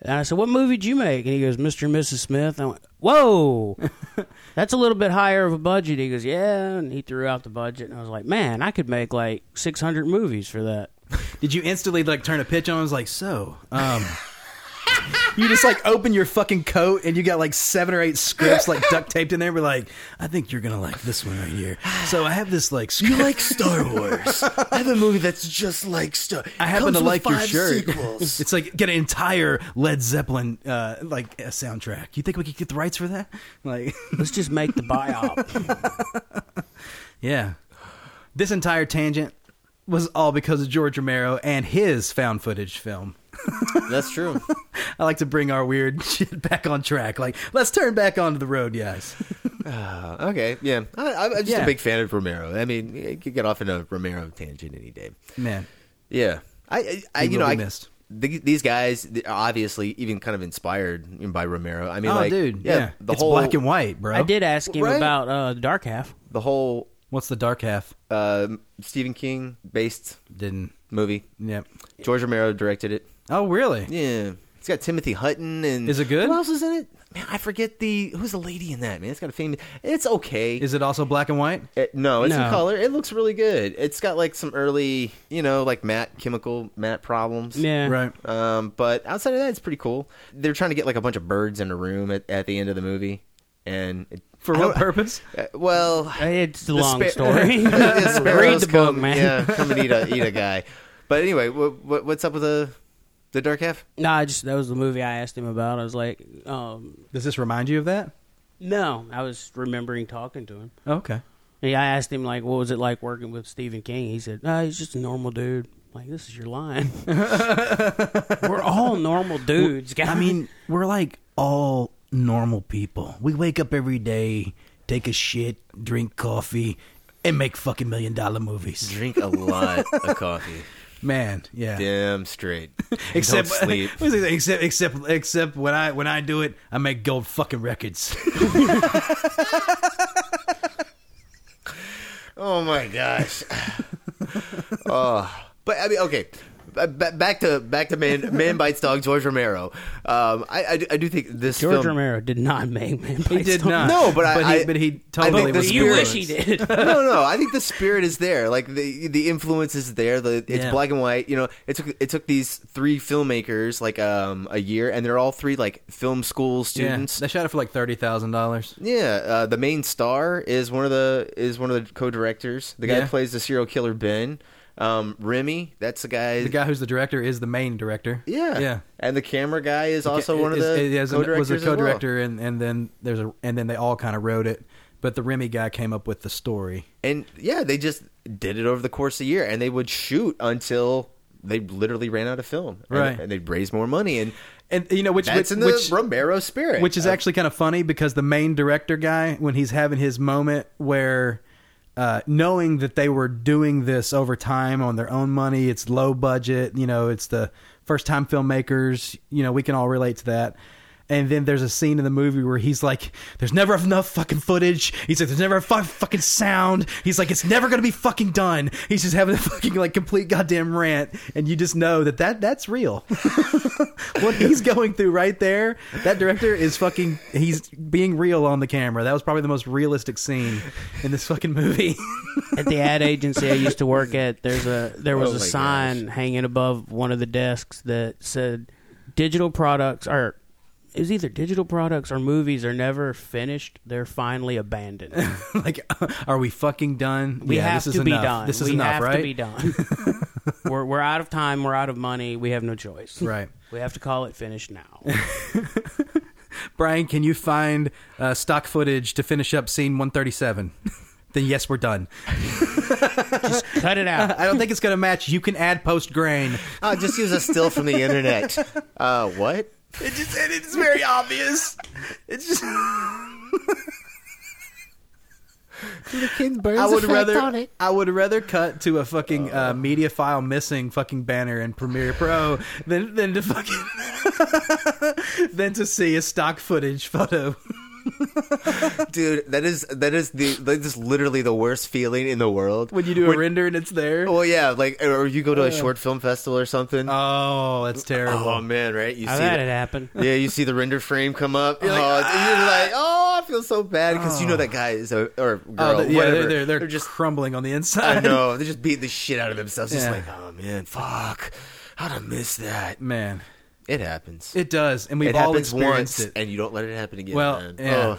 I: And I said, "What movie did you make?" And he goes, "Mr. and Mrs. Smith." I went, "Whoa, that's a little bit higher of a budget." He goes, "Yeah," and he threw out the budget, and I was like, "Man, I could make like six hundred movies for that."
J: Did you instantly like turn a pitch on? I was like, so um, you just like open your fucking coat and you got like seven or eight scripts like duct taped in there. We're like, I think you're gonna like this one right here. So I have this like script.
A: You like Star Wars? I have a movie that's just like Star.
J: I happen
A: Comes
J: to
A: with
J: like your
A: five
J: shirt.
A: Sequels.
J: it's like get an entire Led Zeppelin uh, like uh, soundtrack. You think we could get the rights for that? Like,
I: Let's just make the biop.
J: yeah. This entire tangent was all because of George Romero and his found footage film.
A: That's true.
J: I like to bring our weird shit back on track. Like, let's turn back onto the road, guys.
A: Uh, okay, yeah. I, I'm just
J: Yeah.
A: a big fan of Romero. I mean, you could get off in a Romero tangent any day.
J: Man,
A: Yeah, I, I, I
J: He
A: you
J: will
A: know,
J: be
A: I
J: missed.
A: the- these guys th- are obviously even kind of inspired by Romero. I mean,
J: oh,
A: like,
J: dude, yeah,
A: the
J: it's
A: whole
J: black and white, bro.
I: I did ask him
A: Right.
I: about uh, Dark Half.
A: the whole
J: What's the dark half?
A: uh, Stephen King based
J: Didn't.
A: movie.
J: Yep.
A: George Romero directed it.
J: Oh, really?
A: Yeah. It's got Timothy Hutton and
J: Is it good?
A: Who else is in it? Man, I forget the who's the lady in that. Man, it's got a famous. It's okay.
J: Is it also black and white?
A: It- no, it's
I: No.
A: in color. It looks really good. It's got like some early, you know, like matte chemical matte problems.
I: Yeah,
J: Right.
A: Um, but outside of that, it's pretty cool. They're trying to get like a bunch of birds in a room at, at the end of the movie, and it,
J: For
A: I
J: what
A: don't-
J: purpose?
A: uh, well,
I: It's a
A: the
I: long
A: spa-
I: story.
A: the
I: Read
A: sparrows
I: the book,
A: come-
I: man.
A: Yeah, come and eat a eat a guy. But anyway, what, what what's up with the the dark half?
I: No, I just that was the movie I asked him about. I was like, um,
J: Does this remind you of that? Oh,
I: no, I was remembering talking to him.
J: Okay.
I: Yeah, I asked him like, what was it like working with Stephen King? He said, no, he's just a normal dude. Like this is your line. We're all normal dudes. Guys.
J: I mean, we're like all normal people. We wake up every day, take a shit, drink coffee, and make fucking million dollar movies.
A: Drink a lot of coffee,
J: Man, yeah.
A: damn straight.
J: Except,
A: Don't sleep.
J: what is it? except, except, except when I when I do it, I make gold fucking records.
A: Oh my gosh. oh, but I mean, okay. Ba- ba- Back to back to man man bites dog George Romero. Um, I, I do- I do think this
I: George
A: film,
I: Romero did not make Man.
J: he did not.
A: No, but I-
J: he,
A: I-
J: but he
A: I
J: totally
A: think the
J: was.
I: You
A: spirit-
I: wish he did.
A: no, no. I think the spirit is there. Like the the influence is there. The it's
J: Yeah.
A: black and white. You know, it took it took these three filmmakers like um a year, and they're all three like film school students.
J: Yeah, they shot it for like thirty thousand dollars.
A: Yeah, uh, the main star is one of the is one of the co-directors. The guy
J: Yeah.
A: that plays the serial killer Ben. Um, Remy, that's the guy.
J: The guy who's the director is the main director.
A: Yeah,
J: yeah.
A: And the camera guy is also one of
J: Is-
A: the
J: is- is-
A: co-directors
J: was a
A: as well.
J: co-director, and, and then there's a and then they all kind of wrote it, but the Remy guy came up with the story.
A: And yeah, they just did it over the course of a year, and they would shoot until they literally ran out of film, And-
J: Right.
A: And, they'd raise more money, and
J: And you know which
A: that's
J: which,
A: in the
J: which,
A: Romero spirit,
J: which is
A: Uh,
J: actually kind of funny because the main director guy, when he's having his moment where uh, knowing that they were doing this over time on their own money, it's low budget, you know, it's the first time filmmakers, you know, we can all relate to that. And then there's a scene in the movie where he's like, "There's never enough fucking footage." He's like, "There's never fu- fucking sound." He's like, "It's never gonna be fucking done." He's just having a fucking like complete goddamn rant, and you just know that that that's real. what he's going through right there, that director is fucking. He's being real on the camera. That was probably the most realistic scene in this fucking movie.
I: at the ad agency I used to work at, there's a there was
J: Oh
I: a
J: my
I: sign hanging above one of the desks that said digital products are it was either digital products or movies are never finished. They're finally abandoned.
J: like, uh, are we fucking done?
I: We
J: Yeah,
I: have
J: this is
I: to be
J: enough.
I: done.
J: This is
I: we
J: enough,
I: have
J: right?
I: to be done. we're we're out of time. We're out of money. We have no choice.
J: Right.
I: We have to call it finished now.
J: Brian, can you find uh, stock footage to finish up scene 137? then yes, we're done.
I: Just cut it out.
J: I don't think it's going to match. You can add post grain.
A: Oh, just use a still from the internet. Uh, what?
J: It just and it's very obvious. It's just
A: The kid
J: I would rather I would rather cut to a fucking
A: Oh.
J: uh, media file missing fucking banner in Premiere Pro than than to fucking than to see a stock footage photo.
A: dude. That is that is the that is literally the worst feeling in the world
J: When you do a render and it's there.
A: Well, yeah, like or you go to a
J: Ugh.
A: short film festival or something.
J: Oh, that's terrible.
A: Oh man, right? You
I: I've had it happen.
A: Yeah, you see the render frame come up.
I: You're like,
A: oh, you're like, oh, I feel so bad because you know that guy is a or girl.
J: "Ah!" Oh, the- yeah,
A: whatever.
J: they're, they're, they're just crumbling on the inside.
A: I know. They just beat the shit out of themselves. Just
J: Yeah.
A: like, oh man, fuck. How'd I miss that?
J: Man.
A: It happens.
J: It does, and we've
A: it
J: all
A: happens
J: experienced
A: once,
J: it.
A: And you don't let it happen again.
J: well,
A: man.
J: yeah.
A: Oh.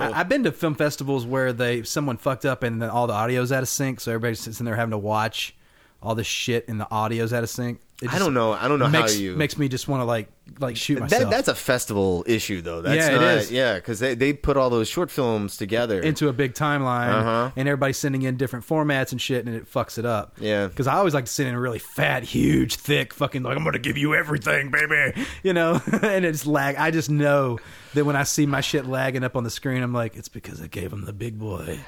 J: I, I've been to film festivals where they someone fucked up and then all the audio's out of sync, so everybody's sitting there having to watch all the shit and the audio's out of sync. It
A: I
J: just
A: don't know. I don't know how
J: makes,
A: you-
J: makes me just want to like like shoot myself
A: That, that's a festival issue, though. That's
J: Yeah, it
A: not,
J: is.
A: Yeah, because they, they put all those short films together.
J: into a big timeline,
A: Uh-huh.
J: and everybody's sending in different formats and shit, and it fucks it up.
A: yeah.
J: Because I always like to send in a really fat, huge, thick, fucking like I'm gonna give you everything, baby, you know. and it's lag. I just know that when I see my shit lagging up on the screen, I'm like, it's because I gave him the big boy.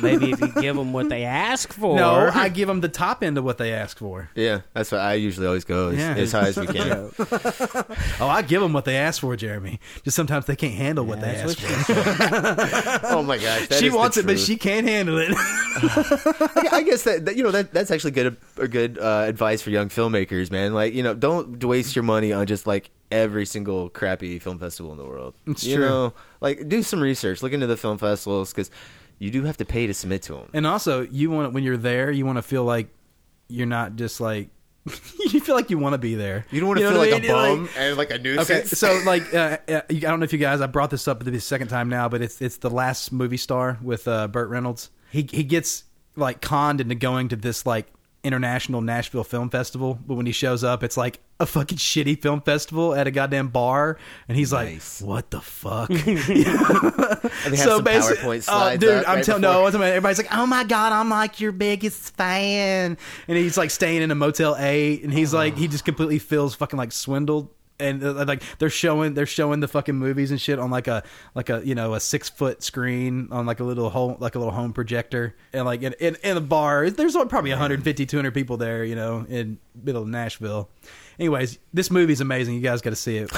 I: Maybe if you give them what they ask for.
J: No, I give them the top end of what they ask for.
A: Yeah, that's what I usually always go as,
J: Yeah.
A: as high as we can.
J: Oh, I give them what they ask for, Jeremy. Just sometimes they can't handle what they ask for.
A: oh my gosh, that
J: she
A: is the
J: wants it, but
A: truth.
J: she can't handle it.
A: I, I guess that, that you know that that's actually good a good uh, advice for young filmmakers, man. Like you know, don't waste your money on just like every single crappy film festival in the world.
J: It's
A: you
J: true.
A: know, like do some research, look into the film festivals because you do have to pay to submit to them.
J: And also, you want when you're there, you want to feel like you're not just like you feel like you want to be there.
A: You don't want to
J: know
A: feel
J: what I
A: like a
J: mean?
A: bum and like a nuisance.
J: Okay, so like uh, uh, I don't know if you guys, I brought this up the second time now, but it's it's the last movie star with uh, Burt Reynolds. He he gets like conned into going to this like international Nashville Film Festival, but when he shows up, it's like a fucking shitty film festival at a goddamn bar, and he's like, "What the fuck?"
A: And they have some
J: basi-
A: PowerPoint
J: oh,
A: slides
J: dude,
A: up
J: I'm
A: right
J: telling
A: before.
J: no, what's- everybody's like, "Oh my god, I'm like your biggest fan," and he's like staying in a Motel Eight, and he's like, he just completely feels fucking like swindled. And uh, like they're showing, they're showing the fucking movies and shit on like a like a you know a six foot screen on like a little home like a little home projector and like in in, in a bar. There's probably 150 200 people there, you know, in middle of Nashville. Anyways, this movie's amazing. You guys got to see it.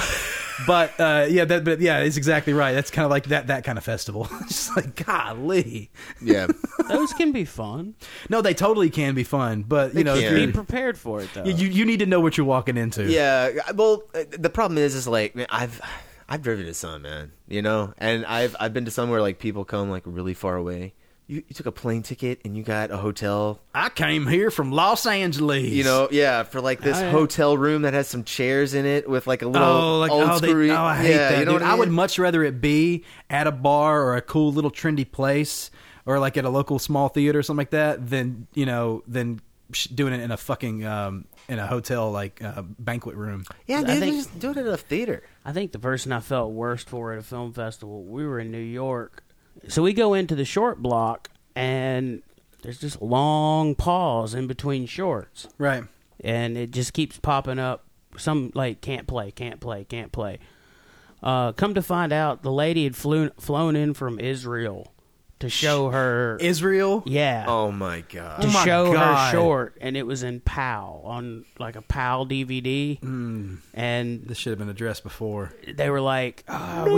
J: But uh, yeah, that, but yeah, it's exactly right. That's kind of like that that kind of festival. just like golly,
A: yeah.
I: Those can be fun.
J: No, they totally can be fun, but you
A: They
J: know, if
A: can.
J: you're-
I: Be prepared for it though.
J: you you need to know what you're walking into.
A: Yeah. Well, uh, the problem is, is like man, I've I've driven to some man, you know, and I've I've been to somewhere like people come like really far away. You, you took a plane ticket and you got a hotel.
J: I came here from Los Angeles.
A: You know, yeah, for like this
J: Oh, yeah.
A: hotel room that has some chairs in it with like a little
J: Oh, like
A: old
J: oh, they,
A: screw-
J: oh, I hate
A: yeah,
J: that.
A: You know
J: dude.
A: what
J: I,
A: I,
J: would
A: mean?
J: much rather it be at a bar or a cool little trendy place or like at a local small theater or something like that than you know than sh- doing it in a fucking um, in a hotel like uh, banquet room.
A: Yeah, dude,
I: I think-
A: just do it at a theater.
I: I think the person I felt worst for at a film festival, we were in New York. So we go into the short block, and there's this long pause in between shorts.
J: Right.
I: And it just keeps popping up. Some, like, can't play, can't play, can't play. Uh, come to find out, the lady had flew, flown in from Israel to show her
J: Israel.
I: Yeah.
A: Oh my god.
I: to
J: Oh my
I: show
J: God.
I: her short, and it was in PAL on like a PAL DVD,
J: Mm.
I: and
J: this should have been addressed before.
I: They were like, oh,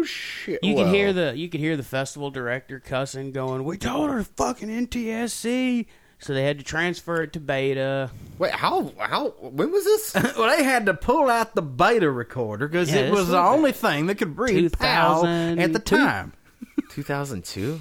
A: we, shit.
I: You
J: well.
I: could hear the you could hear the festival director cussing, going, "We told her to fucking NTSC," so they had to transfer it to Beta.
A: Wait, how how when was this?
J: well, they had to pull out the beta recorder because
I: Yeah,
J: it
I: this
J: was the
I: was
J: only thing that could read PAL at the
I: 2002.
J: time.
A: 2002.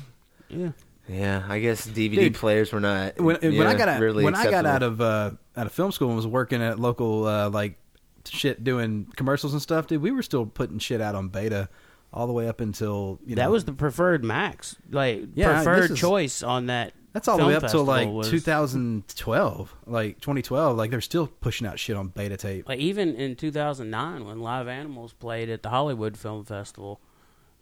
I: Yeah.
A: Yeah, I guess DVD
J: Dude,
A: players were not
J: when, when I
A: yeah,
J: got out,
A: really
J: when I got
A: acceptable.
J: out of uh, out of film school and was working at local uh, like shit doing commercials and stuff, dude, we were still putting shit out on beta all the way up until you know
I: That was the preferred max, like
J: Yeah, this
I: preferred
J: is-
I: choice on that.
J: that's all the
I: film
J: way up till
I: festival
J: like
I: was-
J: 2012, like 2012. Like they're still pushing out shit on beta tape.
I: Like even in 2009, when Live Animals played at the Hollywood Film Festival,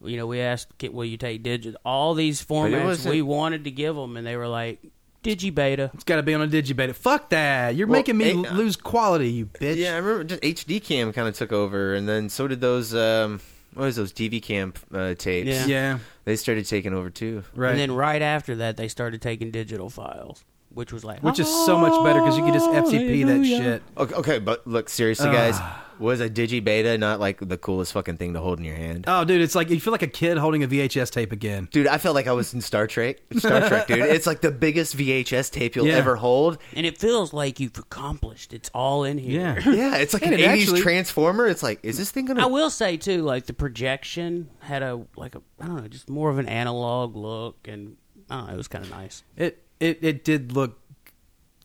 I: you know, we asked, "Ki- "Will you take digital?" All these
J: it
I: formats
J: wasn't-
I: we wanted to give them, and they were like, "Digibeta."
J: It's got to be on a digibeta. Fuck that! You're
A: Well,
J: making me
A: it-
J: l- lose quality, you bitch.
A: Yeah, I remember just HD cam kind of took over, and then so did those um, what was those DV cam uh, tapes?
I: Yeah. Yeah.
A: they started taking over too.
I: And then right after that, they started taking digital files, which was like,
J: Which is so much better 'cause you can just FCP that
I: Hallelujah.
J: shit.
A: Okay, okay, but look seriously,
J: Ah.
A: guys, was a digi beta not like the coolest fucking thing to hold in your hand?
J: Oh, dude, it's like you feel like a kid holding a VHS tape again.
A: Dude, I felt like I was in Star Trek. Star Trek, dude, it's like the biggest VHS tape you'll
J: Yeah.
A: ever hold.
I: and it feels like you've accomplished. It's all in here.
A: Yeah, it's like
I: And
A: an
I: it
A: 80s
I: actually-
A: Transformer. It's like, is this thing gonna?
I: I will say too, like the projection had a like a I don't know, just more of an analog look, and I don't know, it was kind of nice.
J: It it it did look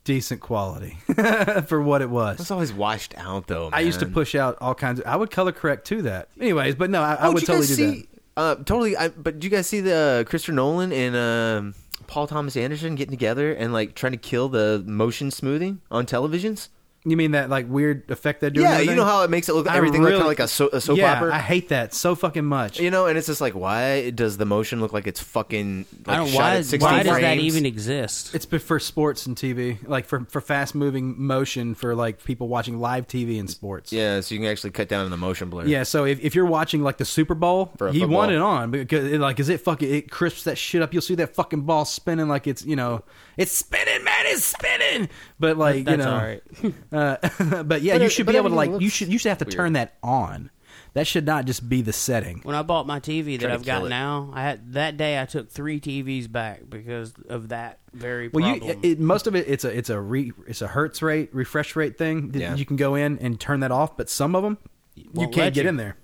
J: decent quality for what it was.
A: It's always washed out though.
J: I used to
A: man.
J: push out all kinds. of... I would color correct to that. Anyways, but no, I, I
A: Oh,
J: would
A: did you
J: totally
A: guys
J: do
A: see, Uh, totally. I, but do you guys see the uh, Christopher Nolan and um Paul Thomas Anderson getting together and like trying to kill the motion smoothing on televisions?
J: that. You mean that like weird effect they're doing?
A: Yeah,
J: and
A: you know
J: everything?
A: how it makes it look
J: I
A: everything look kind
J: really-
A: of like a, so, a soap
J: yeah,
A: opera.
J: I hate that so fucking much.
A: you know, and it's just like, why does the motion look like it's fucking like
I: I don't
A: shot
I: why,
A: at sixty
I: why does that
A: frames?
I: even exist?
J: It's been for sports and TV, like for for fast moving motion for like people watching live TV and sports.
A: Yeah, so you can actually cut down on the motion blur.
J: Yeah, so if, if you're watching like the Super Bowl,
A: For a
J: you want
A: football.
J: it on because it, like, is it fucking it crisps that shit up? You'll see that fucking ball spinning like it's you know it's spinning, man, it's spinning. But like you
I: That's
J: know, uh, but yeah,
I: But
J: you
I: it-
J: should
I: but
J: be able
I: everything
J: to like you
I: looks
J: should you should have to
I: weird.
J: turn that on. That should not just be the setting.
I: When I bought my TV
J: Try
I: that
J: to
I: I've got
J: kill it.
I: now, I had that day I took three TVs back because of that very
J: Well,
I: problem.
J: you it, most of it it's a it's a re, it's a hertz rate refresh rate thing. that
I: Yeah.
J: You can go in and turn that off, but some of them you
I: won't
J: can't
I: let
J: get
I: you.
J: in there.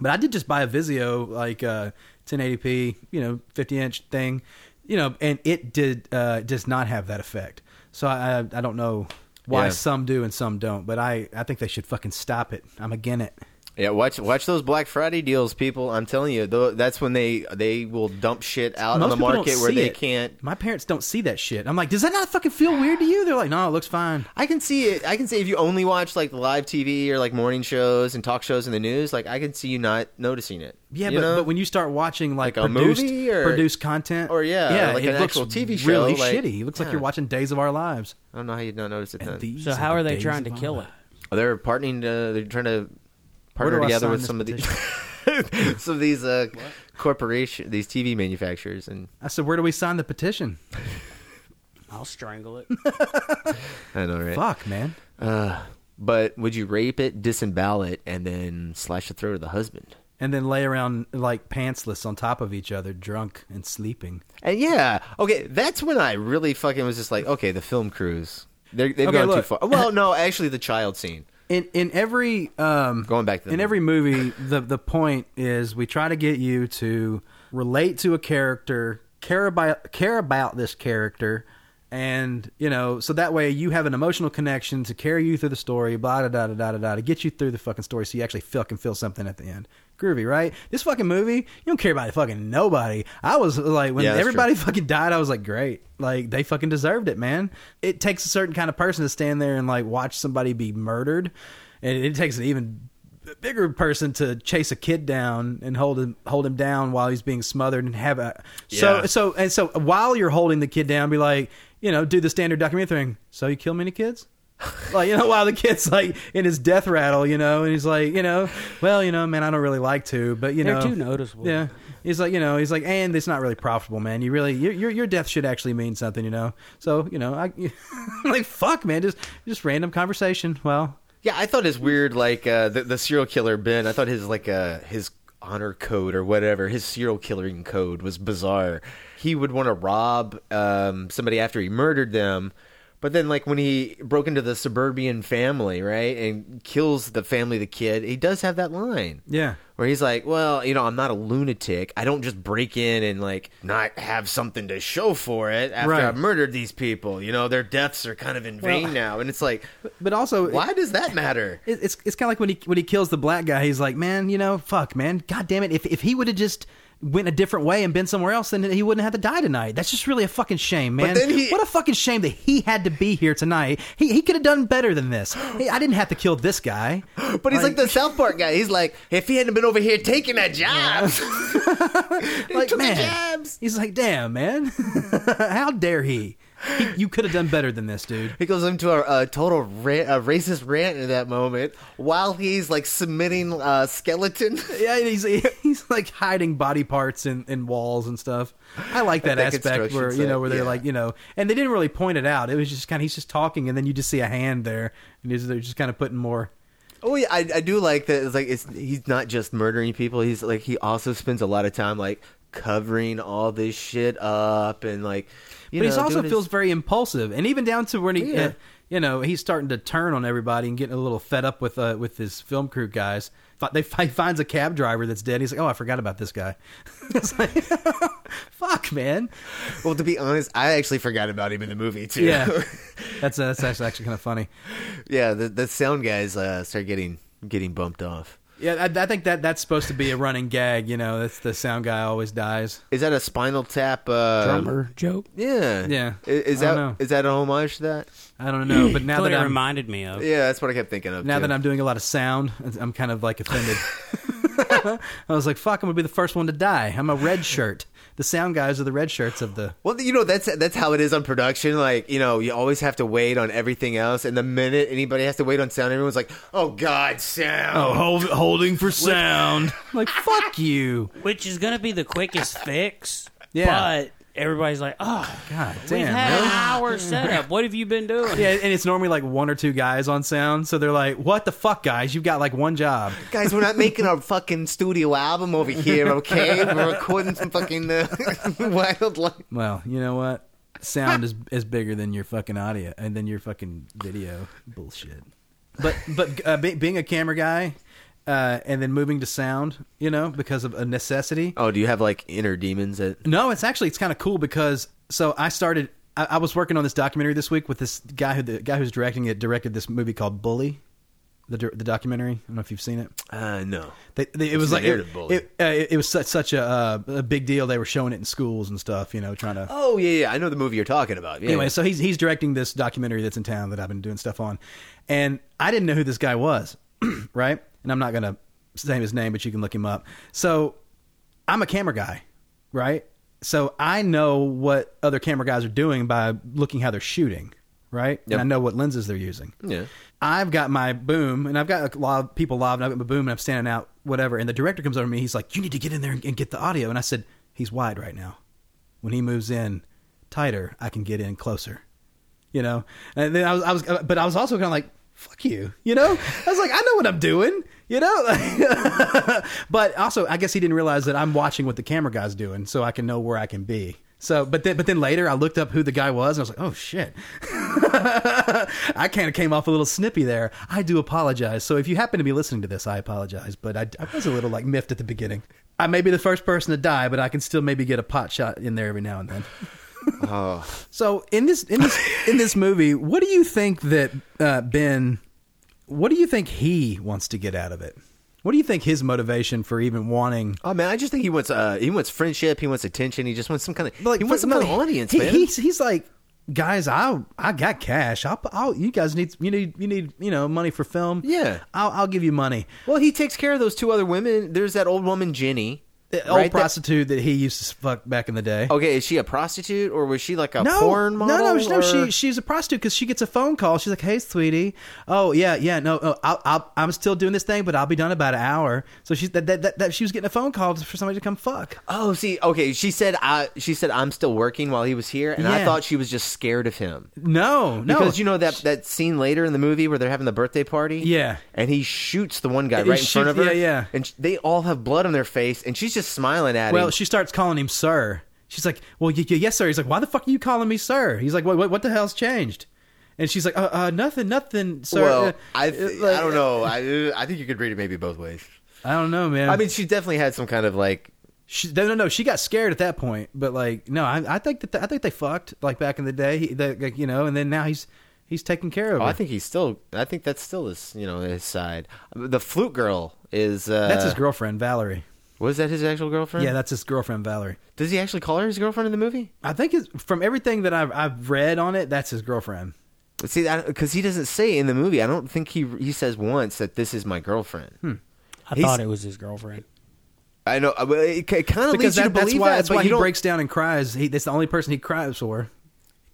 J: But I did just buy a Vizio like uh, 1080p, you know, 50 inch thing, you know, and it did uh, does not have that effect. So I I, I don't know why
A: Yeah.
J: some do and some don't, but I I think they should fucking stop it. I'm again it.
A: Yeah, watch watch those Black Friday deals, people. I'm telling you, tho- that's when they they will dump shit out on the
J: people don't
A: market where
J: see
A: they
J: it.
A: can't.
J: My parents don't see that shit. I'm like, does that not fucking feel weird to you? They're like, no, it looks fine.
A: I can see it. I can see if you only watch like live TV or like morning shows and talk shows in the news, like I can see you not noticing it.
J: Yeah,
A: You
J: but,
A: know?
J: but when you start watching like,
A: Like a
J: produced,
A: movie or-
J: produced content,
A: or yeah,
J: yeah,
A: like
J: it
A: an
J: looks
A: actual TV show,
J: really
A: like-
J: shitty. It looks like
A: yeah. Uh,
J: you're watching Days of Our Lives.
A: I don't know how you'd not notice it then. Oh,
I: so how are they trying to kill it?
A: They're partnering. To, they're trying to
J: Where do
A: partner
J: I
A: together
J: sign
A: with
J: this
A: some of these some of these uh, corporation, these TV manufacturers, and
J: I said, where do we sign the petition?
I: I'll strangle it.
A: I know, right?
J: Fuck, man.
A: Uh, but would you rape it, disembowel it, and then slash the throat of the husband?
J: And then lay around like pantsless on top of each other, drunk and sleeping.
A: And yeah, okay, that's when I really fucking was just like, okay, the film crews. They're, they've
J: Okay,
A: gone
J: look.
A: too far. Well, no, actually, the child scene.
J: In in every um,
A: going back to the
J: in every movie, the the point is we try to get you to relate to a character, care about care about this character, and you know, so that way you have an emotional connection to carry you through the story, blah da da da da da da, to get you through the fucking story, so you actually feel can feel something at the end. Groovy, right? This fucking movie, you don't care about fucking nobody. I was like, when
A: Yeah, that's
J: everybody
A: true.
J: fucking died, I was like, great. Like they fucking deserved it, man. It takes a certain kind of person to stand there and like watch somebody be murdered, and it takes an even bigger person to chase a kid down and hold him hold him down while he's being smothered and have a so
A: Yeah.
J: so and so while you're holding the kid down, be like, you know, do the standard documentary thing. So you kill many kids. like you know, while the kid's like in his death rattle, you know, and he's like, you know, well, you know, man, I don't really like to, but you
I: They're
J: know,
I: too noticeable.
J: Yeah, He's like, you know, he's like, and it's not really profitable, man. You really, your your, your death should actually mean something, you know. So, you know, I, I'm like, fuck, man, just just random conversation. Well,
A: Yeah, I thought his weird like uh, the, the serial killer Ben. I thought his like uh, his honor code or whatever his serial killing code was bizarre. He would want to rob um, somebody after he murdered them, but then like when he broke into the suburban family, right, and kills the family, the kid, he does have that line
J: yeah,
A: where he's like, "Well, you know, I'm not a lunatic. I don't just break in and like not have something to show for it after
J: Right.
A: I've murdered these people. You know, their deaths are kind of in
J: Well-
A: vain now." And it's like,
J: but also,
A: why does that matter?
J: It- it's it's kind of like when he when he kills the black guy. He's like, man, you know, fuck, man, god damn it. If if he would have just went a different way and been somewhere else, then he wouldn't have to die tonight. That's just really a fucking shame, man.
A: But then he-
J: what a fucking shame that he had to be here tonight. He he could have done better than this. Hey, I didn't have to kill this guy.
A: But he's like, the South Park guy. He's like, if he hadn't been over here taking that job,
J: like man, he's like, damn, man, how dare he? He- You could have done better than this, dude.
A: he goes into a, a total rant, a racist rant at that moment while he's like submitting uh, skeleton.
J: Yeah, and he's he's like hiding body parts in, in walls and stuff. I like that
A: That
J: aspect
A: construction
J: where you know
A: set,
J: where they're
A: yeah.
J: like you know, and they didn't really point it out. It was just kind of he's just talking, and then you just see a hand there, and he's, they're just kind of putting more.
A: Oh yeah, I, I do like that. It's like it's he's not just murdering people. He's like he also spends a lot of time like covering all this shit up and like. You
J: but he
A: know,
J: also
A: doing his-
J: feels very impulsive, and even down to when he,
A: Yeah.
J: uh, you know, he's starting to turn on everybody and getting a little fed up with uh, with his film crew guys. Fi- They fi- he finds a cab driver that's dead. He's like, "Oh, I forgot about this guy." it's like, "Fuck, man!"
A: Well, to be honest, I actually forgot about him in the movie too.
J: Yeah, that's uh, that's actually actually kind of funny.
A: yeah. The, the sound guys uh, start getting getting bumped off.
J: Yeah, I, I think that that's supposed to be a running gag. You know, that's the sound guy always dies.
A: Is that a Spinal Tap uh,
I: Drummer joke.
A: Yeah,
J: Yeah.
A: I- Is,
J: I
A: that
J: don't
A: is
J: know.
A: that a homage to that?
J: I don't know, but now
I: That's what
J: that
I: it
J: I'm
I: reminded me of.
A: Yeah, that's what I kept thinking of.
J: now
A: too.
J: that I'm doing a lot of sound, I'm kind of like offended. I was like, "Fuck, I'm gonna be the first one to die. I'm a red shirt. The sound guys are the red shirts of the."
A: Well, you know that's that's how it is on production. Like you know, you always have to wait on everything else, and the minute anybody has to wait on sound, everyone's like, "Oh God, sound!"
J: holding for sound. like fuck you.
I: Which is gonna be the quickest fix.
J: Yeah.
I: But everybody's like, oh,
J: God
I: we've
J: damn.
I: had
J: really?
I: an hour setup. What have you been doing?
J: Yeah, and it's normally like one or two guys on sound, so they're like, "What the fuck, guys? You've got like one job."
A: Guys, we're not making a fucking studio album over here, okay? We're recording some fucking uh, wildlife.
J: Well, you know what? Sound is is bigger than your fucking audio and than your fucking video bullshit. But but uh, be, being a camera guy uh, and then moving to sound, you know, because of a necessity.
A: Oh, do you have like inner demons? That
J: No, it's actually it's kind of cool because so I started. I, I was working on this documentary this week with this guy who the guy who's directing it directed this movie called Bully, the dir- the documentary. I don't know if you've seen it.
A: uh, no.
J: They, they, it
A: It's
J: was like it,
A: narrative bully.
J: it, uh, it, it was such such a, uh, a big deal. They were showing it in schools and stuff. You know, trying to
A: Oh yeah, yeah. I know the movie you're talking about. Yeah,
J: anyway, so he's he's directing this documentary that's in town that I've been doing stuff on, and I didn't know who this guy was, right? And I'm not gonna say his name, but you can look him up. So I'm a camera guy, right? So I know what other camera guys are doing by looking how they're shooting, right?
A: Yep.
J: And I know what lenses they're using.
A: yeah. Yeah.
J: I've got my boom, and I've got a lot of people live, and I've got my boom, and I'm standing out, whatever. And the director comes over to me. He's like, "You need to get in there and, and get the audio." And I said, "He's wide right now. When he moves in tighter, I can get in closer." You know. And then I was, I was, uh, but I was also kind of like, "Fuck you," you know. I was like, "I know what I'm doing," you know. but also, I guess he didn't realize that I'm watching what the camera guy's doing, so I can know where I can be. So, but then, but then later, I looked up who the guy was, and I was like, "Oh shit." I kind of came off a little snippy there. I do apologize. So if you happen to be listening to this, I apologize. But I, I was a little like miffed at the beginning. I may be the first person to die, but I can still maybe get a pot shot in there every now and then. So in this in this in this movie, what do you think that uh, Ben? What do you think he wants to get out of it? What do you think his motivation for even wanting?
A: Oh man, I just think he wants uh he wants friendship, he wants attention, he just wants some kind of
J: Like,
A: he wants some
J: no,
A: kind of audience,
J: he-
A: man.
J: He's he's like, guys, I I got cash. I'll, I'll you guys need you need you need you know money for film.
A: Yeah.
J: I'll I'll give you money.
A: Well, he takes care of those two other women. There's that old woman Jenny,
J: The
A: Right,
J: old
A: that-
J: prostitute that he used to fuck back in the day.
A: Okay, is she a prostitute or was she like a
J: no,
A: porn model?
J: no, no, no,
A: or-
J: She she's a prostitute because she gets a phone call. She's like, "Hey, sweetie, oh yeah, yeah, no, no I'll, I'll, I'm still doing this thing, but I'll be done in about an hour." So she's that, that, that, that she was getting a phone call for somebody to come fuck.
A: Oh, see, okay. She said, "I." She said, "I'm still working while he was here," and I
J: Yeah.
A: thought she was just scared of him.
J: No, no,
A: Because you know that that scene later in the movie where they're having the birthday party,
J: Yeah.
A: and he shoots the one guy
J: He
A: right in front of
J: shoots-
A: her,
J: yeah, yeah.
A: and sh- they all have blood on their face, and she's just smiling at
J: Well,
A: him.
J: she starts calling him sir. She's like, "Well, y- y- yes, sir." He's like, "Why the fuck are you calling me sir?" He's like, "What? What, what the hell's changed?" And she's like, "Uh, uh nothing, nothing, sir."
A: well,
J: Uh,
A: I
J: uh,
A: th-
J: like- uh,
A: I don't know. I I think you could read it maybe both ways.
J: I don't know, man.
A: I mean, she definitely had some kind of like.
J: She, no, no, no. She got scared at that point, but like, no, I, I think that I think they fucked like back in the day, he, that, like, you know, and then now he's he's taking care of.
A: Oh,
J: her.
A: I think he's still. I think that's still his. You know, his side. The flute girl is. Uh,
J: that's his girlfriend, Valerie.
A: Was that his actual girlfriend?
J: Yeah, that's his girlfriend, Valerie.
A: Does he actually call her his girlfriend in the movie?
J: I think it's, from everything that I've I've read on it, that's his girlfriend.
A: See, because he doesn't say in the movie. I don't think he he says once that this is my girlfriend.
J: Hmm.
I: I
A: He's-
I: thought it was his girlfriend.
A: I know. uh, well, It, it kind of leads
J: Because
A: you to
J: that- that's
A: believe
J: why
A: that,
J: that's
A: but
J: why
A: you
J: he
A: don't-
J: breaks down and cries. He, that's the only person he cries for.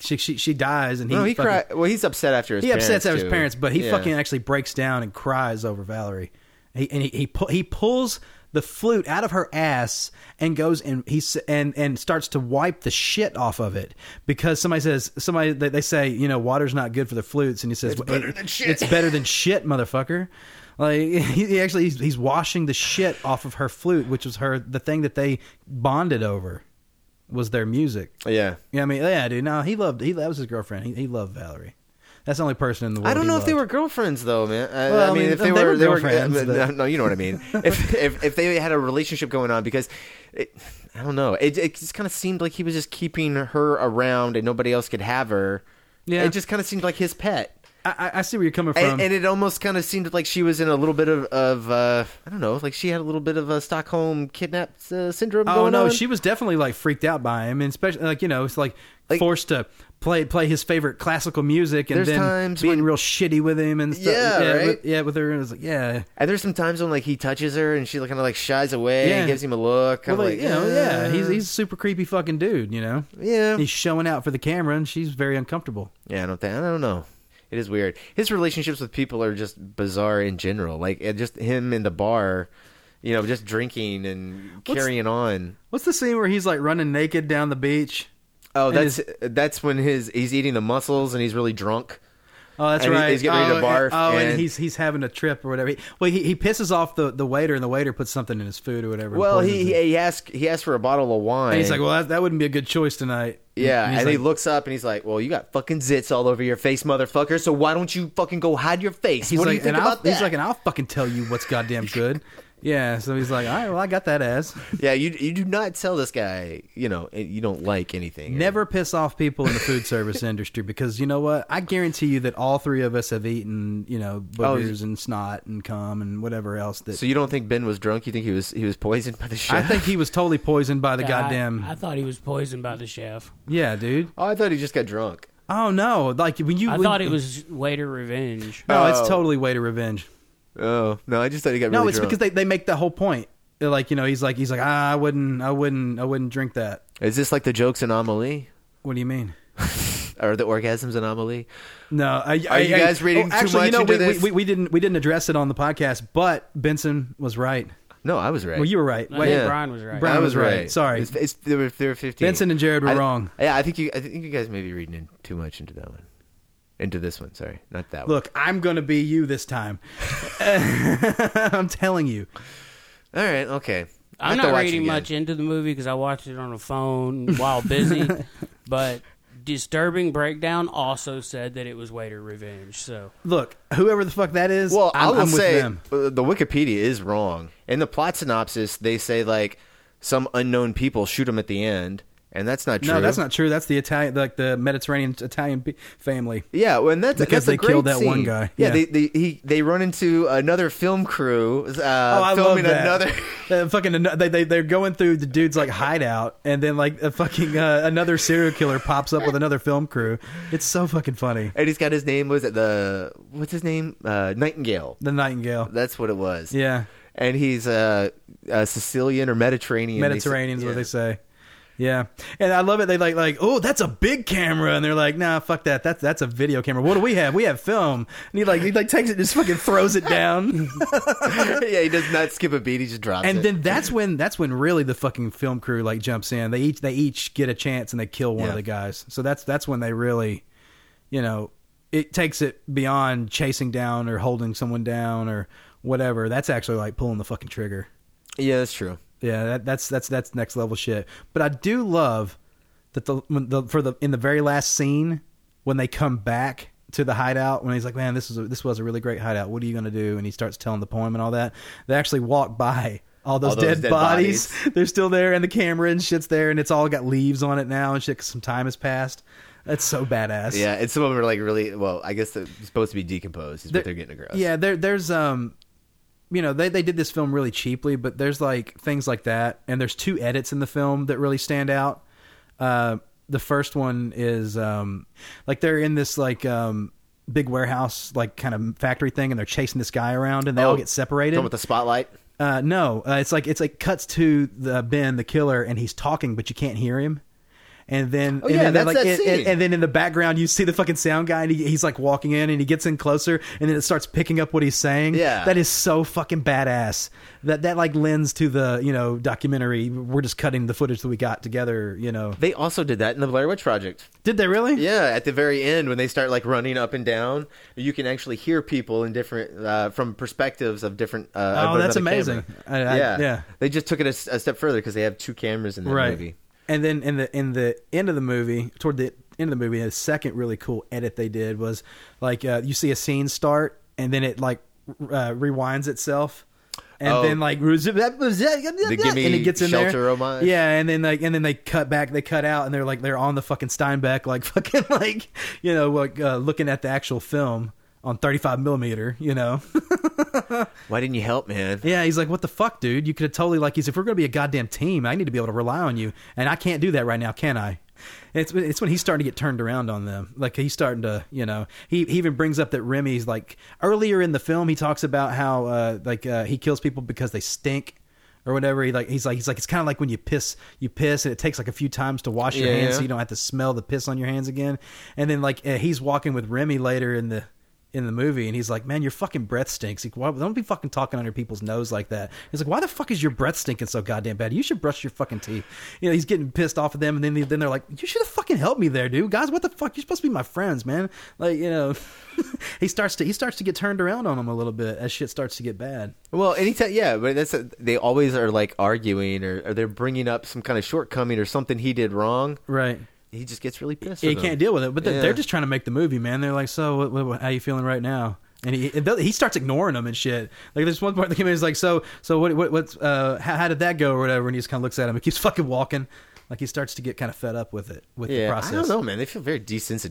J: She she, she dies, and he
A: no, he
J: fucking-
A: cry, Well, he's upset after his.
J: he upsets
A: parents,
J: at his
A: too.
J: parents, but he
A: Yeah.
J: fucking actually breaks down and cries over Valerie. He and he he, pu- he pulls the flute out of her ass and goes and he s- and and starts to wipe the shit off of it because somebody says somebody they, they say you know water's not good for the flutes and he says it's
A: better than shit."
J: It's better than shit, motherfucker. Like he, he actually he's, he's washing the shit off of her flute, which was her the thing that they bonded over was their music.
A: Yeah.
J: Yeah, I mean, yeah, dude. No, he loved. He that was his girlfriend. He, he loved Valerie. That's the only person in the world.
A: I don't
J: he
A: know if
J: loved.
A: they were girlfriends though, man. I,
J: Well,
A: I mean, if they, were, they were
J: girlfriends,
A: no,
J: but-
A: no, you know what I mean. if, if if they had a relationship going on, because it, I don't know, it, it just kind of seemed like he was just keeping her around and nobody else could have her.
J: Yeah.
A: it just kind of seemed like his pet.
J: I, I- I see where you're coming from.
A: And, and it almost kind of seemed like she was in a little bit of, of uh, I don't know, like she had a little bit of a Stockholm kidnap uh, syndrome.
J: oh
A: going
J: no,
A: on.
J: she was definitely like freaked out by him, and especially like you know, it's like, forced to play play his favorite classical music, and
A: There's
J: then
A: times
J: being real shitty with him, and stuff.
A: Yeah, right?
J: with, yeah, with her, and it was like yeah.
A: And there's some times when like he touches her and she kind of like shies away
J: Yeah.
A: and gives him a look.
J: Well,
A: I'm
J: like, you know, yeah,
A: "Uh."
J: he's he's a super creepy fucking dude, you know.
A: Yeah.
J: he's showing out for the camera, and she's very uncomfortable.
A: Yeah, I don't think I don't know. It is weird. His relationships with people are just bizarre in general. Like it, just him in the bar, you know, just drinking and
J: What's-
A: carrying on.
J: What's the scene where he's like running naked down the beach?
A: Oh,
J: And
A: that's that's when his he's eating the mussels and he's really drunk.
J: Oh, that's
A: And he-
J: right.
A: he's getting ready to
J: oh,
A: barf,
J: And, oh, and,
A: and-
J: he's he's having a trip or whatever. He- Well, he, he pisses off the, the waiter, and the waiter puts something in his food or whatever. and
A: Well,
J: poisons
A: he
J: it.
A: he asked he asked for a bottle of wine.
J: and he's like, well, that, that wouldn't be a good choice tonight.
A: yeah,
J: and
A: and,
J: he's
A: he
J: like-
A: looks up and he's like, "Well, you got fucking zits all over your face, motherfucker. So why don't you fucking go hide your face?
J: He's
A: what
J: like,
A: do you think
J: and
A: about
J: I'll,
A: that?"
J: He's like, and I'll fucking tell you what's goddamn good. yeah. So he's like, all right, well, I got that ass.
A: "Yeah, you you do not tell this guy, you know, you don't like anything.
J: Never piss off people in the food service industry because you know what? I guarantee you that all three of us have eaten, you know,
A: Oh,
J: boogers and snot and cum and whatever else that.
A: So you don't think Ben was drunk? You think he was he was poisoned by the shit?
J: I think he was totally poisoned by the
I: Yeah,
J: goddamn.
I: I, I thought he was poisoned by the chef.
J: yeah, dude.
A: Oh, I thought he just got drunk.
J: Oh no! Like when you,
I: I
J: when-
I: thought it was waiter revenge.
J: No, it's
A: Oh.
J: totally way to revenge.
A: Oh no, I just thought he got
J: No,
A: Really
J: it's because they, they make the whole point. They're like you know, he's like he's like ah, I wouldn't, I wouldn't, I wouldn't drink that.
A: they is this like the jokes anomaly
J: What do you mean?
A: or the orgasms anomaly?
J: No, I,
A: Are
J: I-
A: you
J: I-
A: guys reading
J: oh,
A: too
J: actually,
A: much
J: you know,
A: into
J: we, we-
A: this?
J: We, we didn't we didn't address it on the podcast, but Benson was right.
A: No, I was right.
J: Well, you were right.
I: I
J: Wait,
I: think Brian was right.
J: Brian
A: I
J: was right. Sorry.
A: It's- it's- there were there were fifteen.
J: Benson and Jared were
A: I-
J: wrong.
A: Yeah, I think you I think you guys may be reading in too much into that one, into this one. Sorry, not that
J: Look, I'm gonna be you this time. I'm telling you.
A: one. All right, okay. I
I: I'm
A: have to
I: not
A: watch it
I: reading
A: again.
I: much into the movie because I watched it on a phone while busy. but disturbing breakdown also said that it was waiter revenge. So
J: Look, whoever the fuck that is.
A: Well,
J: I'm,
A: will
J: I'm with
A: say
J: them.
A: uh, the Wikipedia is wrong. In the plot synopsis, they say like some unknown people shoot him at the end, and that's not true.
J: No, that's not true. That's the Italian, like the Mediterranean Italian pe- family.
A: Yeah, well, and that's
J: Because
A: that's a
J: they killed
A: great
J: that one
A: scene.
J: guy.
A: Yeah,
J: Yeah.
A: They, they he they run into another film crew
J: Oh,
A: uh, filming another.
J: Uh, fucking, ano- they, they they're going through the dude's like hideout, and then like a fucking uh, another serial killer pops up with another film crew. It's so fucking funny.
A: And he's got his name was it the what's his name uh, Nightingale?
J: The Nightingale.
A: That's what it was.
J: Yeah.
A: and he's uh, uh, Sicilian or Mediterranean. they say-
J: Mediterranean is what
A: yeah.
J: they say. Yeah, and I love it. They like like oh that's a big camera, and they're like nah fuck that that's that's a video camera. What do we have? We have film. And he like he like takes it and just fucking throws it down.
A: yeah, he does not skip a beat. He just drops
J: and
A: it.
J: then that's when that's when really the fucking film crew like jumps in. They each they each get a chance and they kill one
A: Yeah.
J: of the guys. So that's that's when they really, you know, it takes it beyond chasing down or holding someone down or whatever. That's actually like pulling the fucking trigger.
A: yeah, that's true.
J: Yeah, that, that's that's that's next level shit. But I do love that the, when the for the in the very last scene when they come back to the hideout when he's like, "Man, this is a, this was a really great hideout. What are you gonna do?" And he starts telling the poem and all that. They actually walk by all those,
A: those
J: dead,
A: dead
J: bodies. They're still there, and the camera and shit's there, and it's all got leaves on it now and shit. 'cause some time has passed. That's so badass.
A: Yeah, and some of them are like really well. I guess they're supposed to be decomposed. Is
J: There-
A: what they're getting across.
J: Yeah, there, there's um, you know, they they did this film really cheaply, but there's like things like that, and there's two edits in the film that really stand out. Uh, the first one is um, like they're in this like um big warehouse like kind of factory thing, and they're chasing this guy around, and they all
A: Oh,
J: get separated.
A: Come with the spotlight.
J: Uh, no, uh, it's like it's like cuts to the Ben, the killer, and he's talking, but you can't hear him. And then,
A: Oh,
J: and
A: yeah,
J: then they're
A: that's
J: like,
A: that
J: and,
A: scene.
J: and- and then in the background you see the fucking sound guy, and he, he's like walking in, and he gets in closer, and then it starts picking up what he's saying.
A: Yeah.
J: that is so fucking badass. That that like lends to the you know documentary. We're just cutting the footage that we got together. You know,
A: They also did that in the Blair Witch Project.
J: did they really?
A: Yeah, at the very end when they start like running up and down, you can actually hear people in different uh, from perspectives of different. Uh,
J: Oh,
A: of
J: that's
A: another
J: amazing.
A: camera.
J: I- I-
A: yeah,
J: yeah.
A: They just took it a, s- a step further because they have two cameras in that movie.
J: And then in the in the end of the movie, toward the end of the movie, the second really cool edit they did was like uh, you see a scene start and then it like uh, rewinds itself. And
A: Oh.
J: then like the
A: gimme
J: and it gets in
A: shelter
J: there.
A: homage.
J: Yeah, and then like and then they cut back, they cut out, and they're like they're on the fucking Steinbeck, like fucking like you know like uh, looking at the actual film on thirty five millimeter, you know.
A: Why didn't you help, man?
J: Yeah, he's like, "What the fuck, dude? You could have totally like he's if we're gonna be a goddamn team, I need to be able to rely on you, and I can't do that right now, can I?" And It's it's when he's starting to get turned around on them. Like he's starting to, you know, he, he even brings up that Remy's like earlier in the film he talks about how uh, like uh, he kills people because they stink or whatever. He like he's like he's like it's kind of like when you piss you piss and it takes like a few times to wash your
A: Yeah,
J: hands
A: yeah.
J: so you don't have to smell the piss on your hands again. And then like uh, he's walking with Remy later in the in the movie and he's like, "Man, your fucking breath stinks. Like, why, don't be fucking talking under people's nose like that." He's like, "Why the fuck is your breath stinking so goddamn bad? You should brush your fucking teeth." You know, he's getting pissed off at them and then they, then they're like, "You should have fucking helped me there, dude. Guys, what the fuck? You're supposed to be my friends, man." Like, you know, he starts to he starts to get turned around on him a little bit as shit starts to get bad.
A: Well, anytime, yeah, but that's they always are like arguing or, or they're bringing up some kind of shortcoming or something he did wrong.
J: Right.
A: He just gets really pissed.
J: Yeah,
A: with
J: he
A: them.
J: can't deal with it. But they're-
A: Yeah.
J: they're just trying to make the movie, man. They're like, so what, what, what- how you feeling right now? And he and th- he starts ignoring them and shit. Like there's one part that came in, he's like, so so what what what's uh how, how did that go or whatever? And he just kind of looks at him. He keeps fucking walking. Like he starts to get kind of fed up with it with the
A: Yeah,
J: process.
A: I don't know, man. They feel very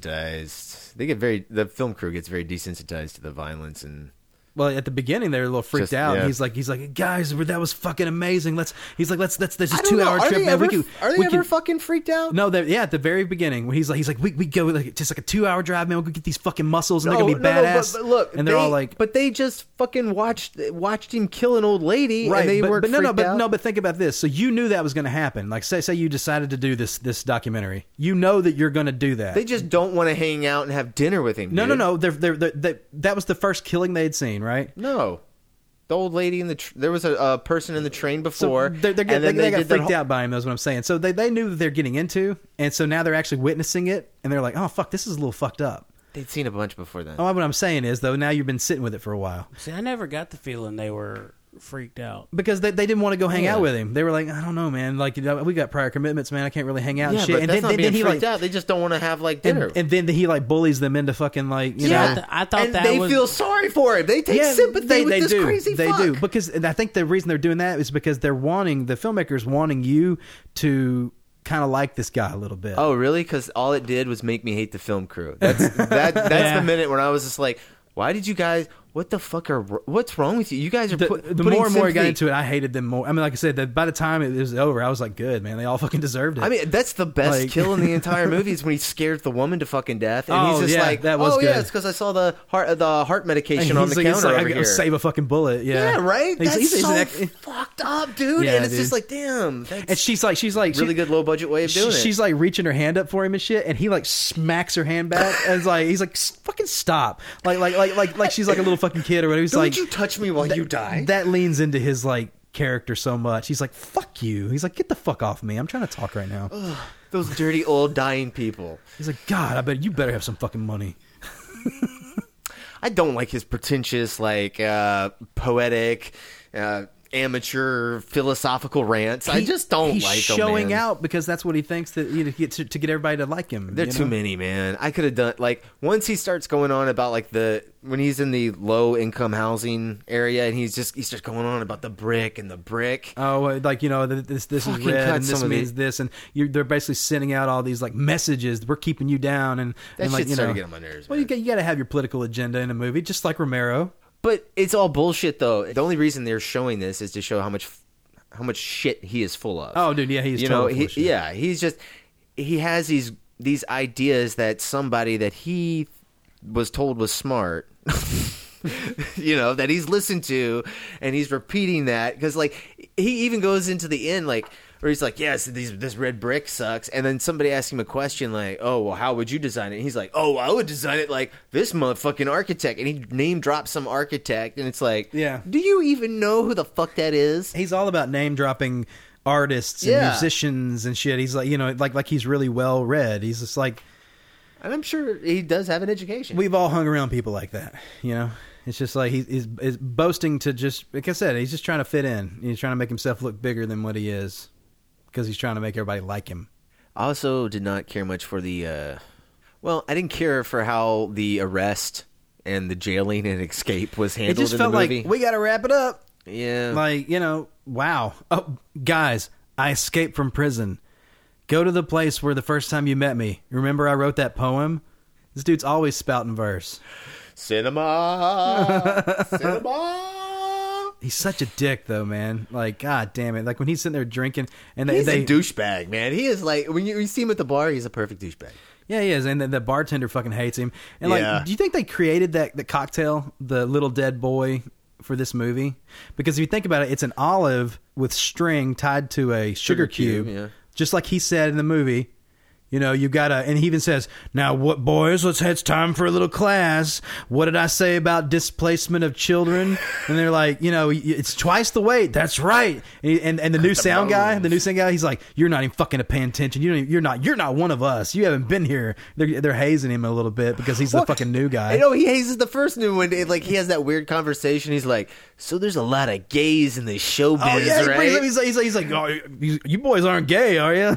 A: desensitized. They get very the film crew gets very desensitized to the violence and
J: Well, at the beginning they're a little freaked
A: Just-
J: out.
A: yeah.
J: He's like he's like guys, that was fucking amazing. Let's he's like let's let's there's
A: I
J: this
A: don't
J: two
A: know.
J: hour
A: Are
J: trip.
A: they
J: man. we
A: ever-
J: can,
A: are they
J: we
A: ever
J: can-
A: fucking freaked out?
J: No, they're- yeah, at the very beginning when he's like he's like we we go like just like a two hour drive, man. We'll go get these fucking muscles and they're gonna be badass.
A: but, but look,
J: and they're
A: they-
J: all like.
A: but they just fucking watched watched him kill an old lady, And they
J: but,
A: were
J: but no, no,
A: freaked
J: but
A: out.
J: no, but think about this. So you knew that was going to happen. Like, say, say you decided to do this this documentary. You know that you're going to do that.
A: They just don't want to hang out and have dinner with him.
J: no, no,
A: dude.
J: no, They're, they're, they're, they That was the first killing they had seen, right?
A: no. The old lady in the tr- there was a, a person in the train before.
J: so they're, they're,
A: and
J: they,
A: then
J: they got
A: did their
J: freaked
A: whole-
J: out by him. That's what I'm saying. So they, they knew that they're getting into, and so now they're actually witnessing it, and they're like, oh fuck, this is a little fucked up.
A: They'd seen a bunch before then.
J: Oh, what I'm saying is though, now you've been sitting with it for a while.
I: See, I never got the feeling they were freaked out.
J: because they, they didn't want to go hang
I: Yeah.
J: out with him. They were like, I don't know, man. Like you know, we got prior commitments, man. I can't really hang out
A: yeah,
J: and shit.
A: but
J: and
A: that's
J: then,
A: not
J: then,
A: being
J: then he
A: freaked
J: like,
A: out. They just don't want to have like dinner.
J: and, and then he like bullies them into fucking like you
I: Yeah,
J: know.
I: I, th- I thought
A: And
I: that
A: they
I: was
A: feel sorry for him. They take sympathy with this
J: do.
A: crazy
J: They
A: fuck.
J: do because and I think the reason they're doing that is because they're wanting the filmmakers wanting you to kind of like this guy a little bit.
A: Oh, really? Because all it did was make me hate the film crew. That's that. That's
J: Yeah.
A: the minute when I was just like, "Why did you guys? What the fuck are what's wrong with you? You guys are
J: The,
A: put,
J: the
A: putting
J: more and more I got
A: sympathy-
J: into it, I hated them more. I mean, like I said, that by the time it was over, I was like, "Good man, they all fucking deserved it."
A: I mean, that's the best
J: Like-
A: kill in the entire movie is when he scared the woman to fucking death, and
J: Oh,
A: he's just
J: yeah,
A: like,
J: that was
A: "Oh yeah,
J: good.
A: it's because I saw the heart the heart medication
J: And
A: on
J: he's
A: the
J: like- he's
A: counter
J: like,
A: over
J: I-
A: here."
J: Save a fucking bullet. Yeah,
A: Yeah, right.
J: He's-
A: That's
J: he's- he's
A: so
J: an ex-
A: fucked up, dude.
J: Yeah,
A: and it's
J: dude.
A: just like, damn. That's
J: and she's like, she's like,
A: really
J: she-
A: good low budget way of
J: she-
A: doing it.
J: she's like reaching her hand up for him and shit, and he like smacks her hand back, and it's like, he's like, "S- fucking stop, like, like, like, like, like she's like a little fucking kid or whatever. He's
A: Don't
J: like,
A: you touch me while you die.
J: That leans into his like character so much. He's like, fuck you. He's like, get the fuck off me. I'm trying to talk right now.
A: Ugh, those dirty old dying people.
J: He's like, God, I bet you better have some fucking money.
A: I don't like his pretentious, like uh, poetic, uh, amateur philosophical rants. I
J: He-
A: just don't
J: he's
A: like them,
J: showing
A: man.
J: out because that's what he thinks that you know, get to, to get everybody to like him.
A: There are
J: you
A: too
J: know?
A: many, man. I could have done like once he starts going on about like the when he's in the low income housing area and he's just he's just going on about the brick and the brick.
J: Oh, uh, like you know, th- this this is
A: Fucking
J: red,
A: cut
J: and this
A: some of
J: means
A: the-
J: this, and you're, they're basically sending out all these like messages. We're keeping you down, and
A: That
J: and, like
A: shit's
J: you know,
A: starting to get on my nerves,
J: Well, you got, you got to have your political agenda in a movie, just like Romero.
A: But it's all bullshit though. The only reason they're showing this is to show how much how much shit he is full of.
J: Oh, dude, yeah, he's
A: you know,
J: totally full of
A: he,
J: shit.
A: yeah, he's just he has these these ideas that somebody that he was told was smart. you know that he's listened to and he's repeating that because like he even goes into the end like where he's like yes these this red brick sucks and then somebody asks him a question like oh well how would you design it and he's like oh i would design it like this motherfucking architect and he name drops some architect and it's like
J: Yeah.
A: do you even know who the fuck that is
J: He's all about name dropping artists and
A: Yeah.
J: musicians and shit. He's like, you know, like like he's really well read. He's just like
A: and i'm sure he does have an education
J: we've all hung around people like that, you know. It's just like he, he's, he's boasting to just, like I said, he's just trying to fit in. He's trying to make himself look bigger than what he is because he's trying to make everybody like him.
A: I also did not care much for the. Uh, well, I didn't care for how the arrest and the jailing and escape was handled
J: it just
A: in
J: felt
A: the
J: like
A: movie.
J: we got to wrap it up.
A: yeah,
J: Like you know, wow, oh guys, I escaped from prison. Go to the place where the first time you met me. Remember, I wrote that poem. This dude's always spouting verse.
A: cinema, cinema.
J: He's such a dick, though, man. Like, god damn it! Like when he's sitting there drinking, and they,
A: He's
J: they
A: a douchebag, man. He is like when you, you see him at the bar, he's a perfect douchebag.
J: yeah, he is, and the, the bartender fucking hates him. And like,
A: Yeah.
J: do you think they created that the cocktail, the little dead boy, for this movie? Because if you think about it, it's an olive with string tied to a sugar,
A: Sugar cube,
J: cube,
A: yeah.
J: just like he said in the movie. You know, you gotta, and he even says, "Now, what, boys? Let's it's time for a little class. What did I say about displacement of children?" And they're like, "You know, it's twice the weight. That's right." And and, and the new sound guy, the new sound guy, he's like, "You're not even fucking paying attention. You don't. Even, you're not. You're not one of us. You haven't been here." They're they're hazing him a little bit because he's the
A: Well,
J: fucking new guy.
A: I know he hazes the first new one. and, Like he has that weird conversation. He's like, "So there's a lot of gays in the showbiz,
J: Oh yeah, he
A: right?"
J: brings up- he's like, he's like, he's like, "Oh, you, you boys aren't gay, are you?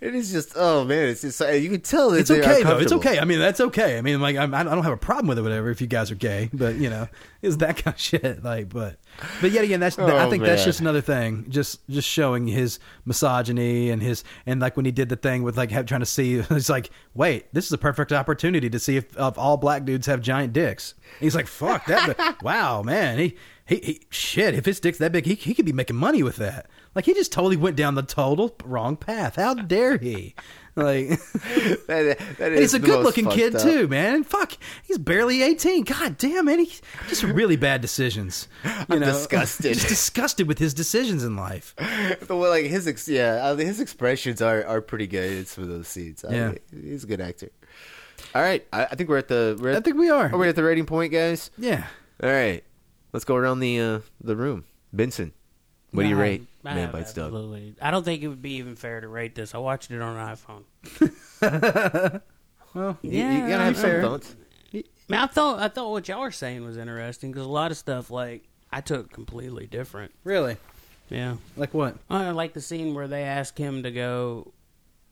A: it is just, oh man, it's just you can tell that
J: It's
A: they're
J: okay though. It's
A: uncomfortable.
J: okay. I mean, that's okay. I mean, like, I'm, I don't have a problem with it, whatever. If you guys are gay, but you know, it's that kind of shit. Like, but, but yet again, that's I
A: Oh,
J: think that's
A: man.
J: just another thing. Just, just showing his misogyny and his and like when he did the thing with like have, trying to see. It's like, wait, this is a perfect opportunity to see if, if all black dudes have giant dicks. He's like, fuck that. wow, man, he. He, he, shit, if his dick's that big, he, he could be making money with that. Like, he just totally went down the total wrong path. How dare he? Like,
A: That- that
J: and
A: is
J: he's a
A: the
J: good
A: most
J: looking
A: fucked
J: kid
A: up.
J: too, man. And fuck, he's barely eighteen. God damn it, he just really bad decisions. You know,
A: disgusted.
J: just disgusted with his decisions in life.
A: the way, like his ex- yeah uh, his expressions are, are pretty good in some of those scenes. I-
J: Yeah.
A: he's a good actor. All right, I, I think we're at the we're at,
J: I think we are.
A: are we at the rating point, guys?
J: Yeah,
A: All right, let's go around the uh, the room. Benson, what do you
I: Nah,
A: rate?
I: nah,
A: Man bites dog.
I: absolutely. I don't think it would be even fair to rate this. I watched it on an iPhone.
J: well,
A: You- you gotta have some
J: fair.
A: thoughts.
I: Man, I thought I thought what y'all were saying was interesting because a lot of stuff like I took completely different.
J: Really,
I: Yeah,
J: like what?
I: I like the scene where they ask him to go,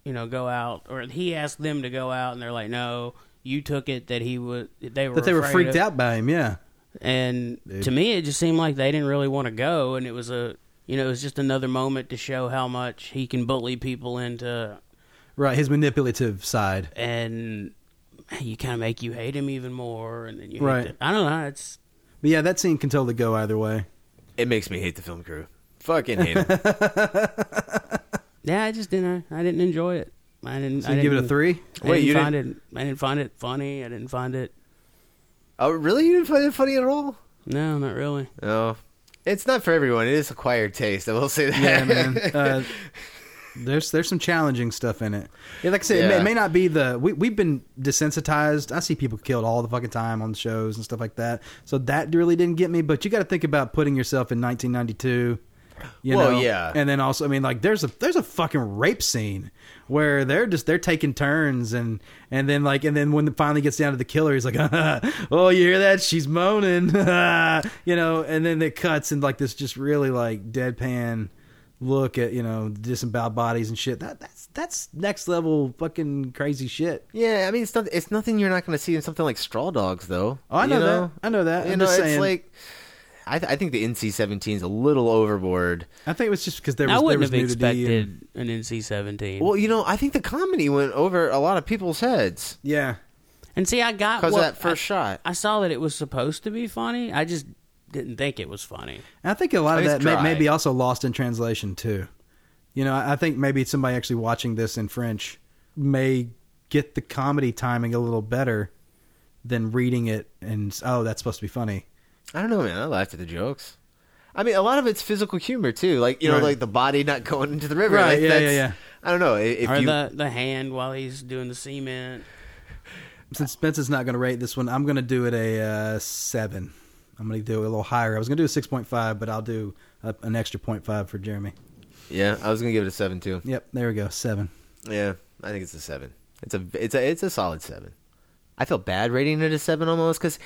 I: you know, go out, or he asked them to go out, and they're like, "No, you took it that he was they were
J: That they were
I: afraid
J: freaked
I: of-
J: out by him. Yeah,
I: And
J: Dude.
I: to me, it just seemed like they didn't really want to go, and it was a you know it was just another moment to show how much he can bully people into
J: right. His manipulative side.
I: and you kind of make you hate him even more, and then you hate
J: right.
I: the- I don't know. It's
J: but yeah, that scene can totally go either way.
A: It makes me hate the film crew. Fucking hate 'em.
I: yeah, I just didn't. I didn't enjoy it. I didn't.
J: So
I: I
J: you give it a
I: didn't-
J: three?
I: I
J: Wait,
I: didn't
J: you
I: find it. I didn't find it funny. I didn't find it.
A: Oh, really? You didn't find it funny at all?
I: No, not really.
A: No. It's not for everyone. It is acquired taste. I will say that.
J: Yeah, man. Uh, there's there's some challenging stuff in it. Yeah, like I said, it, may,
A: Yeah.
J: it may not be the we we've been desensitized. I see people killed all the fucking time on shows and stuff like that. So that really didn't get me. But you got to think about putting yourself in 1992. You
A: Well,
J: know?
A: yeah.
J: and then also, I mean, like there's a there's a fucking rape scene where they're just they're taking turns and and then like and then when it finally gets down to the killer, he's like, oh, you hear that? She's moaning, you know. And then it cuts and like this just really like deadpan look at you know disemboweled bodies and shit. That that's that's next level fucking crazy shit.
A: Yeah, I mean it's not it's nothing you're not going to see in something like Straw Dogs though.
J: Oh, I
A: You
J: know, that. I know that.
A: You
J: I'm
A: know,
J: just
A: it's
J: saying.
A: like I, th- I think the NC-17 is a little overboard.
J: I think it was just because there
I: I
J: was there
I: wouldn't
J: was
I: have
J: nudity.
I: expected
J: and-
I: an NC seventeen.
A: Well, you know, I think the comedy went over a lot of people's heads.
J: Yeah.
I: And see, I got
A: Because
I: what-
A: of that first shot.
I: I saw that it was supposed to be funny. I just didn't think it was funny.
J: And I think a lot of
I: It's
J: that may, may
I: dry.
J: be also lost in translation too. You know, I I think maybe somebody actually watching this in French may get the comedy timing a little better than reading it and oh, that's supposed to be funny.
A: I don't know, man. I laughed at the jokes. I mean, a lot of it's physical humor too, like you know,
J: Right.
A: like the body not going into the river.
J: Right,
A: Like,
J: yeah,
A: that's-
J: yeah, yeah.
A: I don't know i- if
I: or
A: you.
I: the the hand while he's doing the cement.
J: Since Spencer's not going to rate this one, I'm going to do it a uh, seven. I'm going to do it a little higher. I was going to do a six point five, but I'll do a, an extra point five for Jeremy.
A: Yeah, I was gonna give it a seven too.
J: Yep, there we go, seven.
A: Yeah, I think it's a seven. It's a it's a it's a solid seven. I feel bad rating it a seven almost because,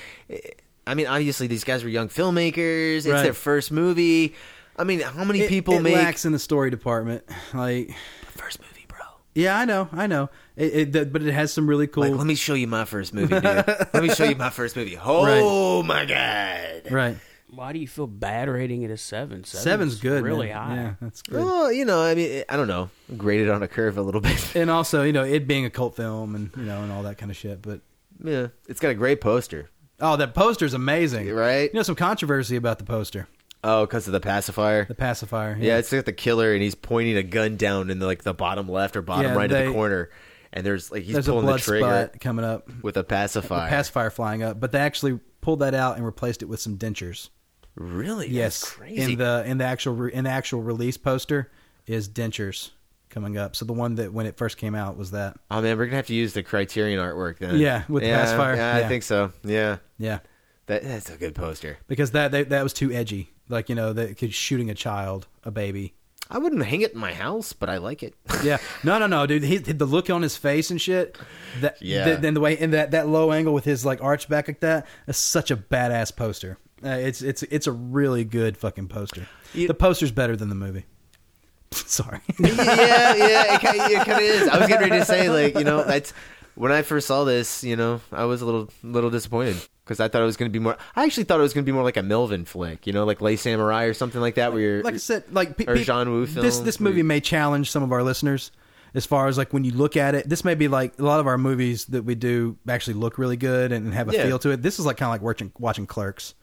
A: I mean, obviously these guys were young filmmakers. It's
J: Right.
A: their first movie. I mean, how many
J: It-
A: people
J: it
A: make?
J: lacks in the story department? Like
A: first movie, bro.
J: Yeah, I know, I know. It, it, that- but it has some really cool.
A: Like, let me show you my first movie, dude. Let me show you my first movie. Oh my god!
J: Right.
I: Why do you feel bad rating it a seven? Seven's,
J: Seven's good,
I: really
J: man.
I: high.
J: Yeah, that's good.
A: Well, you know, I mean, eh, I don't know. Graded on a curve a little bit.
J: and also, you know, it being a cult film and you know and all that kind of shit. But
A: Yeah, it's got a great poster,
J: oh, that poster's amazing,
A: right?
J: You know, some controversy about the poster,
A: Oh, because of the pacifier.
J: the pacifier.
A: Yeah, it's got the killer, and he's pointing a gun down in the, like the bottom left or bottom
J: Yeah,
A: right of
J: they-
A: the corner, and there's like he's
J: there's a
A: pulling the
J: blood
A: trigger
J: spot coming up,
A: with a pacifier.
J: the pacifier flying up. But they actually pulled that out and replaced it with some dentures.
A: really?
J: yes,
A: That's crazy.
J: in the in the actual re- in the actual release poster is dentures coming up. So the one that when it first came out was that.
A: oh man, we're gonna have to use the Criterion artwork then.
J: Yeah, with the
A: yeah,
J: pacifier,
A: Yeah,
J: yeah.
A: I think so. Yeah,
J: Yeah.
A: that that's a good poster.
J: because that that, that was too edgy. Like you know, that cause shooting a child, a baby.
A: I wouldn't hang it in my house, but I like it.
J: Yeah, no, no, no, dude. He, the look on his face and shit. That,
A: Yeah.
J: th- then the way and that that low angle with his like arch back like that. That's such a badass poster. Uh, it's it's it's a really good fucking poster. the poster's better than the movie. Sorry.
A: yeah, yeah, it kind, of, it kind of is. I was getting ready to say, like, you know, that's when I first saw this. You know, I was a little, little disappointed because I thought it was going to be more. I actually thought it was going to be more like a Melvin flick, you know, like Lay Samurai or something like that, where you're
J: like I said, like pe-
A: or
J: pe-
A: John Woo film.
J: This this movie may challenge some of our listeners as far as like when you look at it. This may be like a lot of our movies that we do actually look really good and have a
A: Yeah.
J: feel to it. This is like kind of like watching watching Clerks.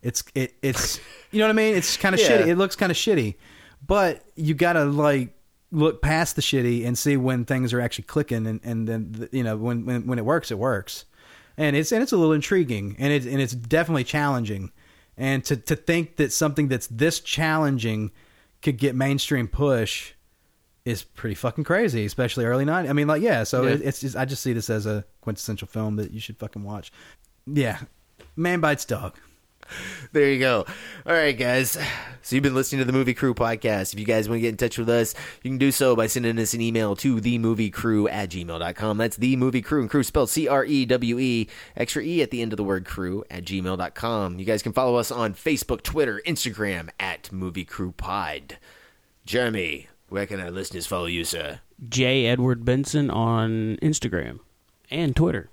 J: It's it it's you know what I mean. It's kind of
A: Yeah.
J: shitty. It looks kind of shitty, but you gotta like look past the shitty and see when things are actually clicking and and then th- you know when when when it works it works. And it's and it's a little intriguing and it's and it's definitely challenging. And to to think that something that's this challenging could get mainstream push is pretty fucking crazy, especially early 90s. I mean, like, yeah, so
A: Yeah.
J: It, it's just, I just see this as a quintessential film that you should fucking watch. Yeah. Man Bites Dog.
A: There you go. All right, guys. So you've been listening to the Movie Crew podcast. If you guys want to get in touch with us, you can do so by sending us an email to themoviecrew at gmail.com. That's the movie crew and crew spelled C R E W E, extra E at the end of the word crew at gmail.com. You guys can follow us on Facebook, Twitter, Instagram at Movie Crew Pod. Jeremy, where can our listeners follow you, sir?
I: J. Edward Benson on Instagram and Twitter.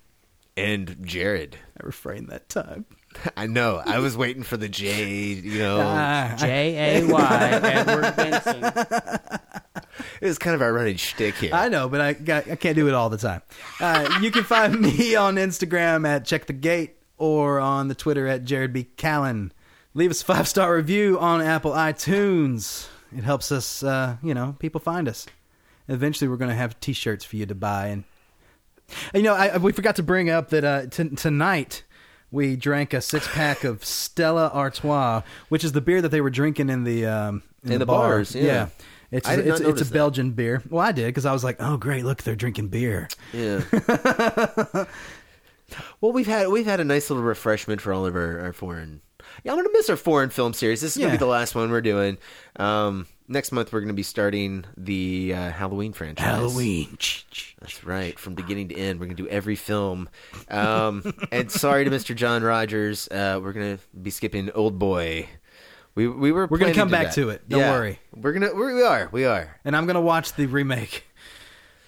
A: And Jared.
J: I refrained that time.
A: I know. I was waiting for the
I: Ah.
A: J, you know.
J: Ah, I-
I: J A Y Edward Benson.
A: It's kind of our running shtick here.
J: I know, but I got, I can't do it all the time. Uh, you can find me on Instagram at check the gate or on the Twitter at Jared B Callen. Leave us a five star review on Apple iTunes. It helps us, uh, you know, people find us. Eventually, we're going to have T-shirts for you to buy. And you know, I, we forgot to bring up that uh, t- tonight we drank a six pack of Stella Artois, which is the beer that they were drinking in the um,
A: In the
J: bar.
A: bars, yeah.
J: It's,
A: I did
J: it's,
A: not
J: it's
A: notice
J: a
A: that.
J: Belgian beer. Well, I did because I was like, "Oh, great! Look, they're drinking beer."
A: Yeah. well, we've had we've had a nice little refreshment for all of our, our foreign. Yeah, I'm gonna miss our foreign film series. This is gonna
J: Yeah.
A: be the last one we're doing. Um, next month we're gonna be starting the uh, Halloween franchise.
J: Halloween.
A: That's right. From beginning to end, we're gonna do every film. Um, and sorry to Mr. John Rogers. Uh, we're gonna be skipping Old Boy. We we were
J: We're gonna
A: planning
J: come
A: do
J: back
A: that.
J: to it. Don't
A: Yeah.
J: worry.
A: We're gonna we're, we are we are.
J: And I'm gonna watch the remake,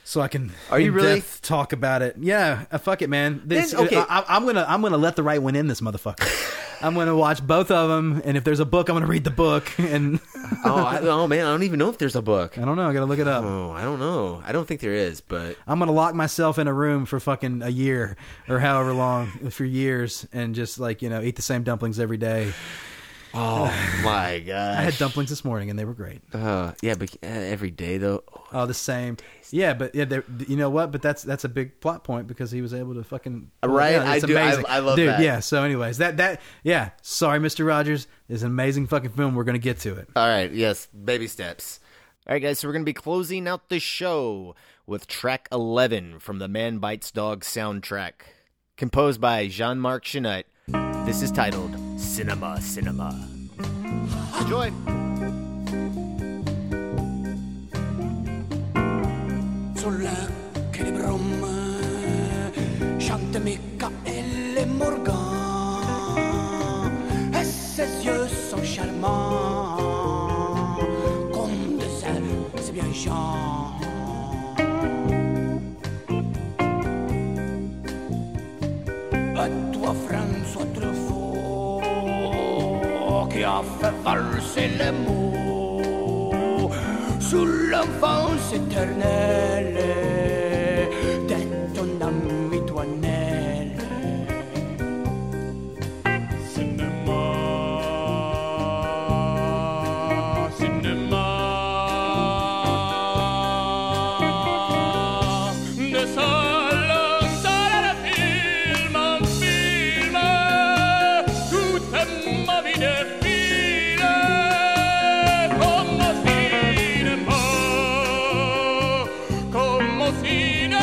J: so I can.
A: Are you
J: in
A: really?
J: depth talk about it? Yeah. uh, fuck it, man. This, uh,
A: Then, okay.
J: I, I'm gonna I'm gonna let the right one in this motherfucker. I'm gonna watch both of them, and if there's a book, I'm gonna read the book. And
A: oh, I, oh man, I don't even know if there's a book.
J: I don't know. I gotta look it up.
A: Oh, I don't know. I don't think there is, but
J: I'm gonna lock myself in a room for fucking a year or however long for years, and just like you know, eat the same dumplings every day.
A: oh my
J: I had
A: gosh.
J: dumplings this morning, and they were great.
A: Uh, yeah, but uh, every day though.
J: Oh, the same. Yeah, but yeah, they're- you know what? But that's that's a big plot point because he was able to fucking pull it
A: Right?
J: down.
A: I
J: It's
A: do. I-
J: amazing.
A: I love
J: Dude,
A: that.
J: Yeah. So, anyways, that that yeah. Sorry, Mister Rogers. This is an amazing fucking film. We're gonna get to it.
A: All right. Yes. Baby steps. All right, guys. So we're gonna be closing out the show with track eleven from the Man Bites Dog soundtrack, composed by Jean-Marc Chinut. This is titled Cinema, Cinema. Enjoy.
L: sulle che brum e chante Michael e et Morgan et ses yeux sont charmants comme de sel c'est bien Jean à toi François Truffaut qui a fait valser les mots sous l'enfance éternelle de ton ami Toinelle.
F: Cinéma, cinéma. De salle en salle, de film en film, toute ma vie défile comme au cinéma, comme au cinéma.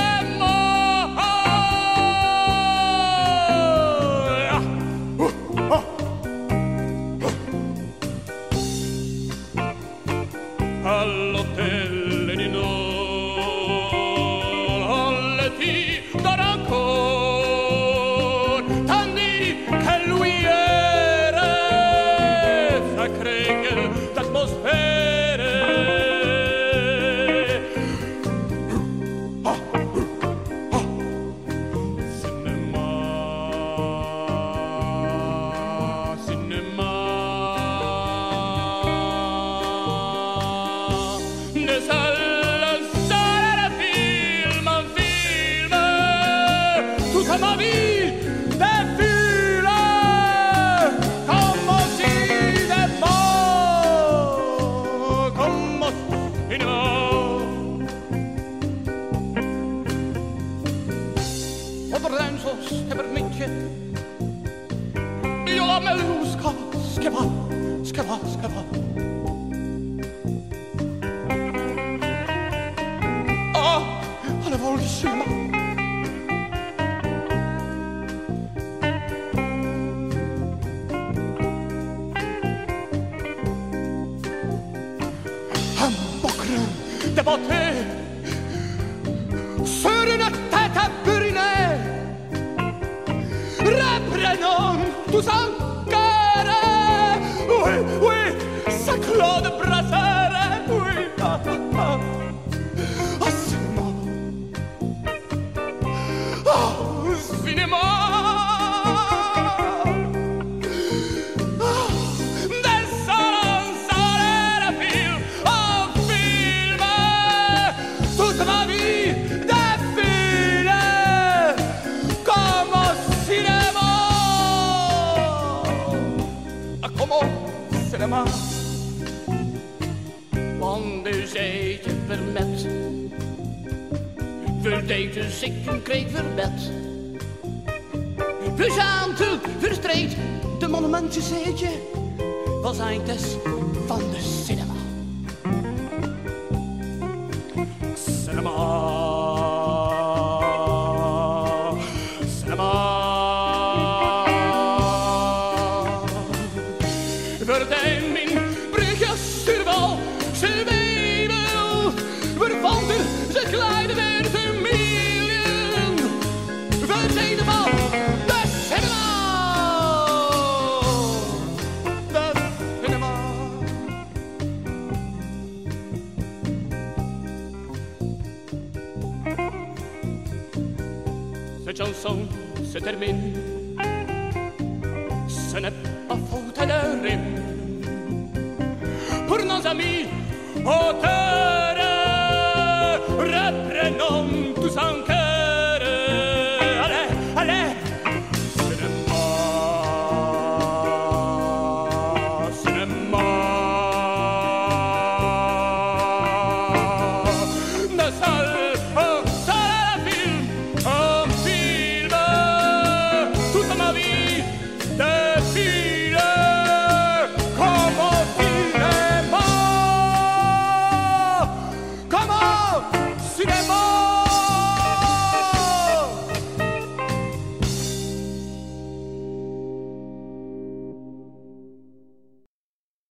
F: all'hotel di Nole ti darà ancora tanti che lui era sacre d'atmosfere Cinema, cinema. De salle en salle, de film en film, toute ma vie défile comme au cinéma, comme au cinéma.
L: Och Renzo Stevernicke Io la melusca Schepa, schepa, schepa Ah, alla volsima Un po' creux de beauté sur une tête brûlée. Reprenons tous encore. Oui, oui, c'est Claude Brasseur. Oui, ah, ah, ah. Ah, cinéma. Ah, cinéma. Ah, des salons, salles, film, en film. Ah, demain. Want de zijde vermet, verdijkt de ziekten kreeg verbed. Verzaamte, verstreed, de monumentjes zeetje, was eindes van de cinema. Cinema. Cinema. Verdijning, brugjes, terwijl ze weven, waarvan er ze kleine weer vermelen. We zijn de bal, de cinema. De cinema. Cette chanson se termine. Ce n'est pas faute de rime. Pour nos amis auteurs.
F: 어,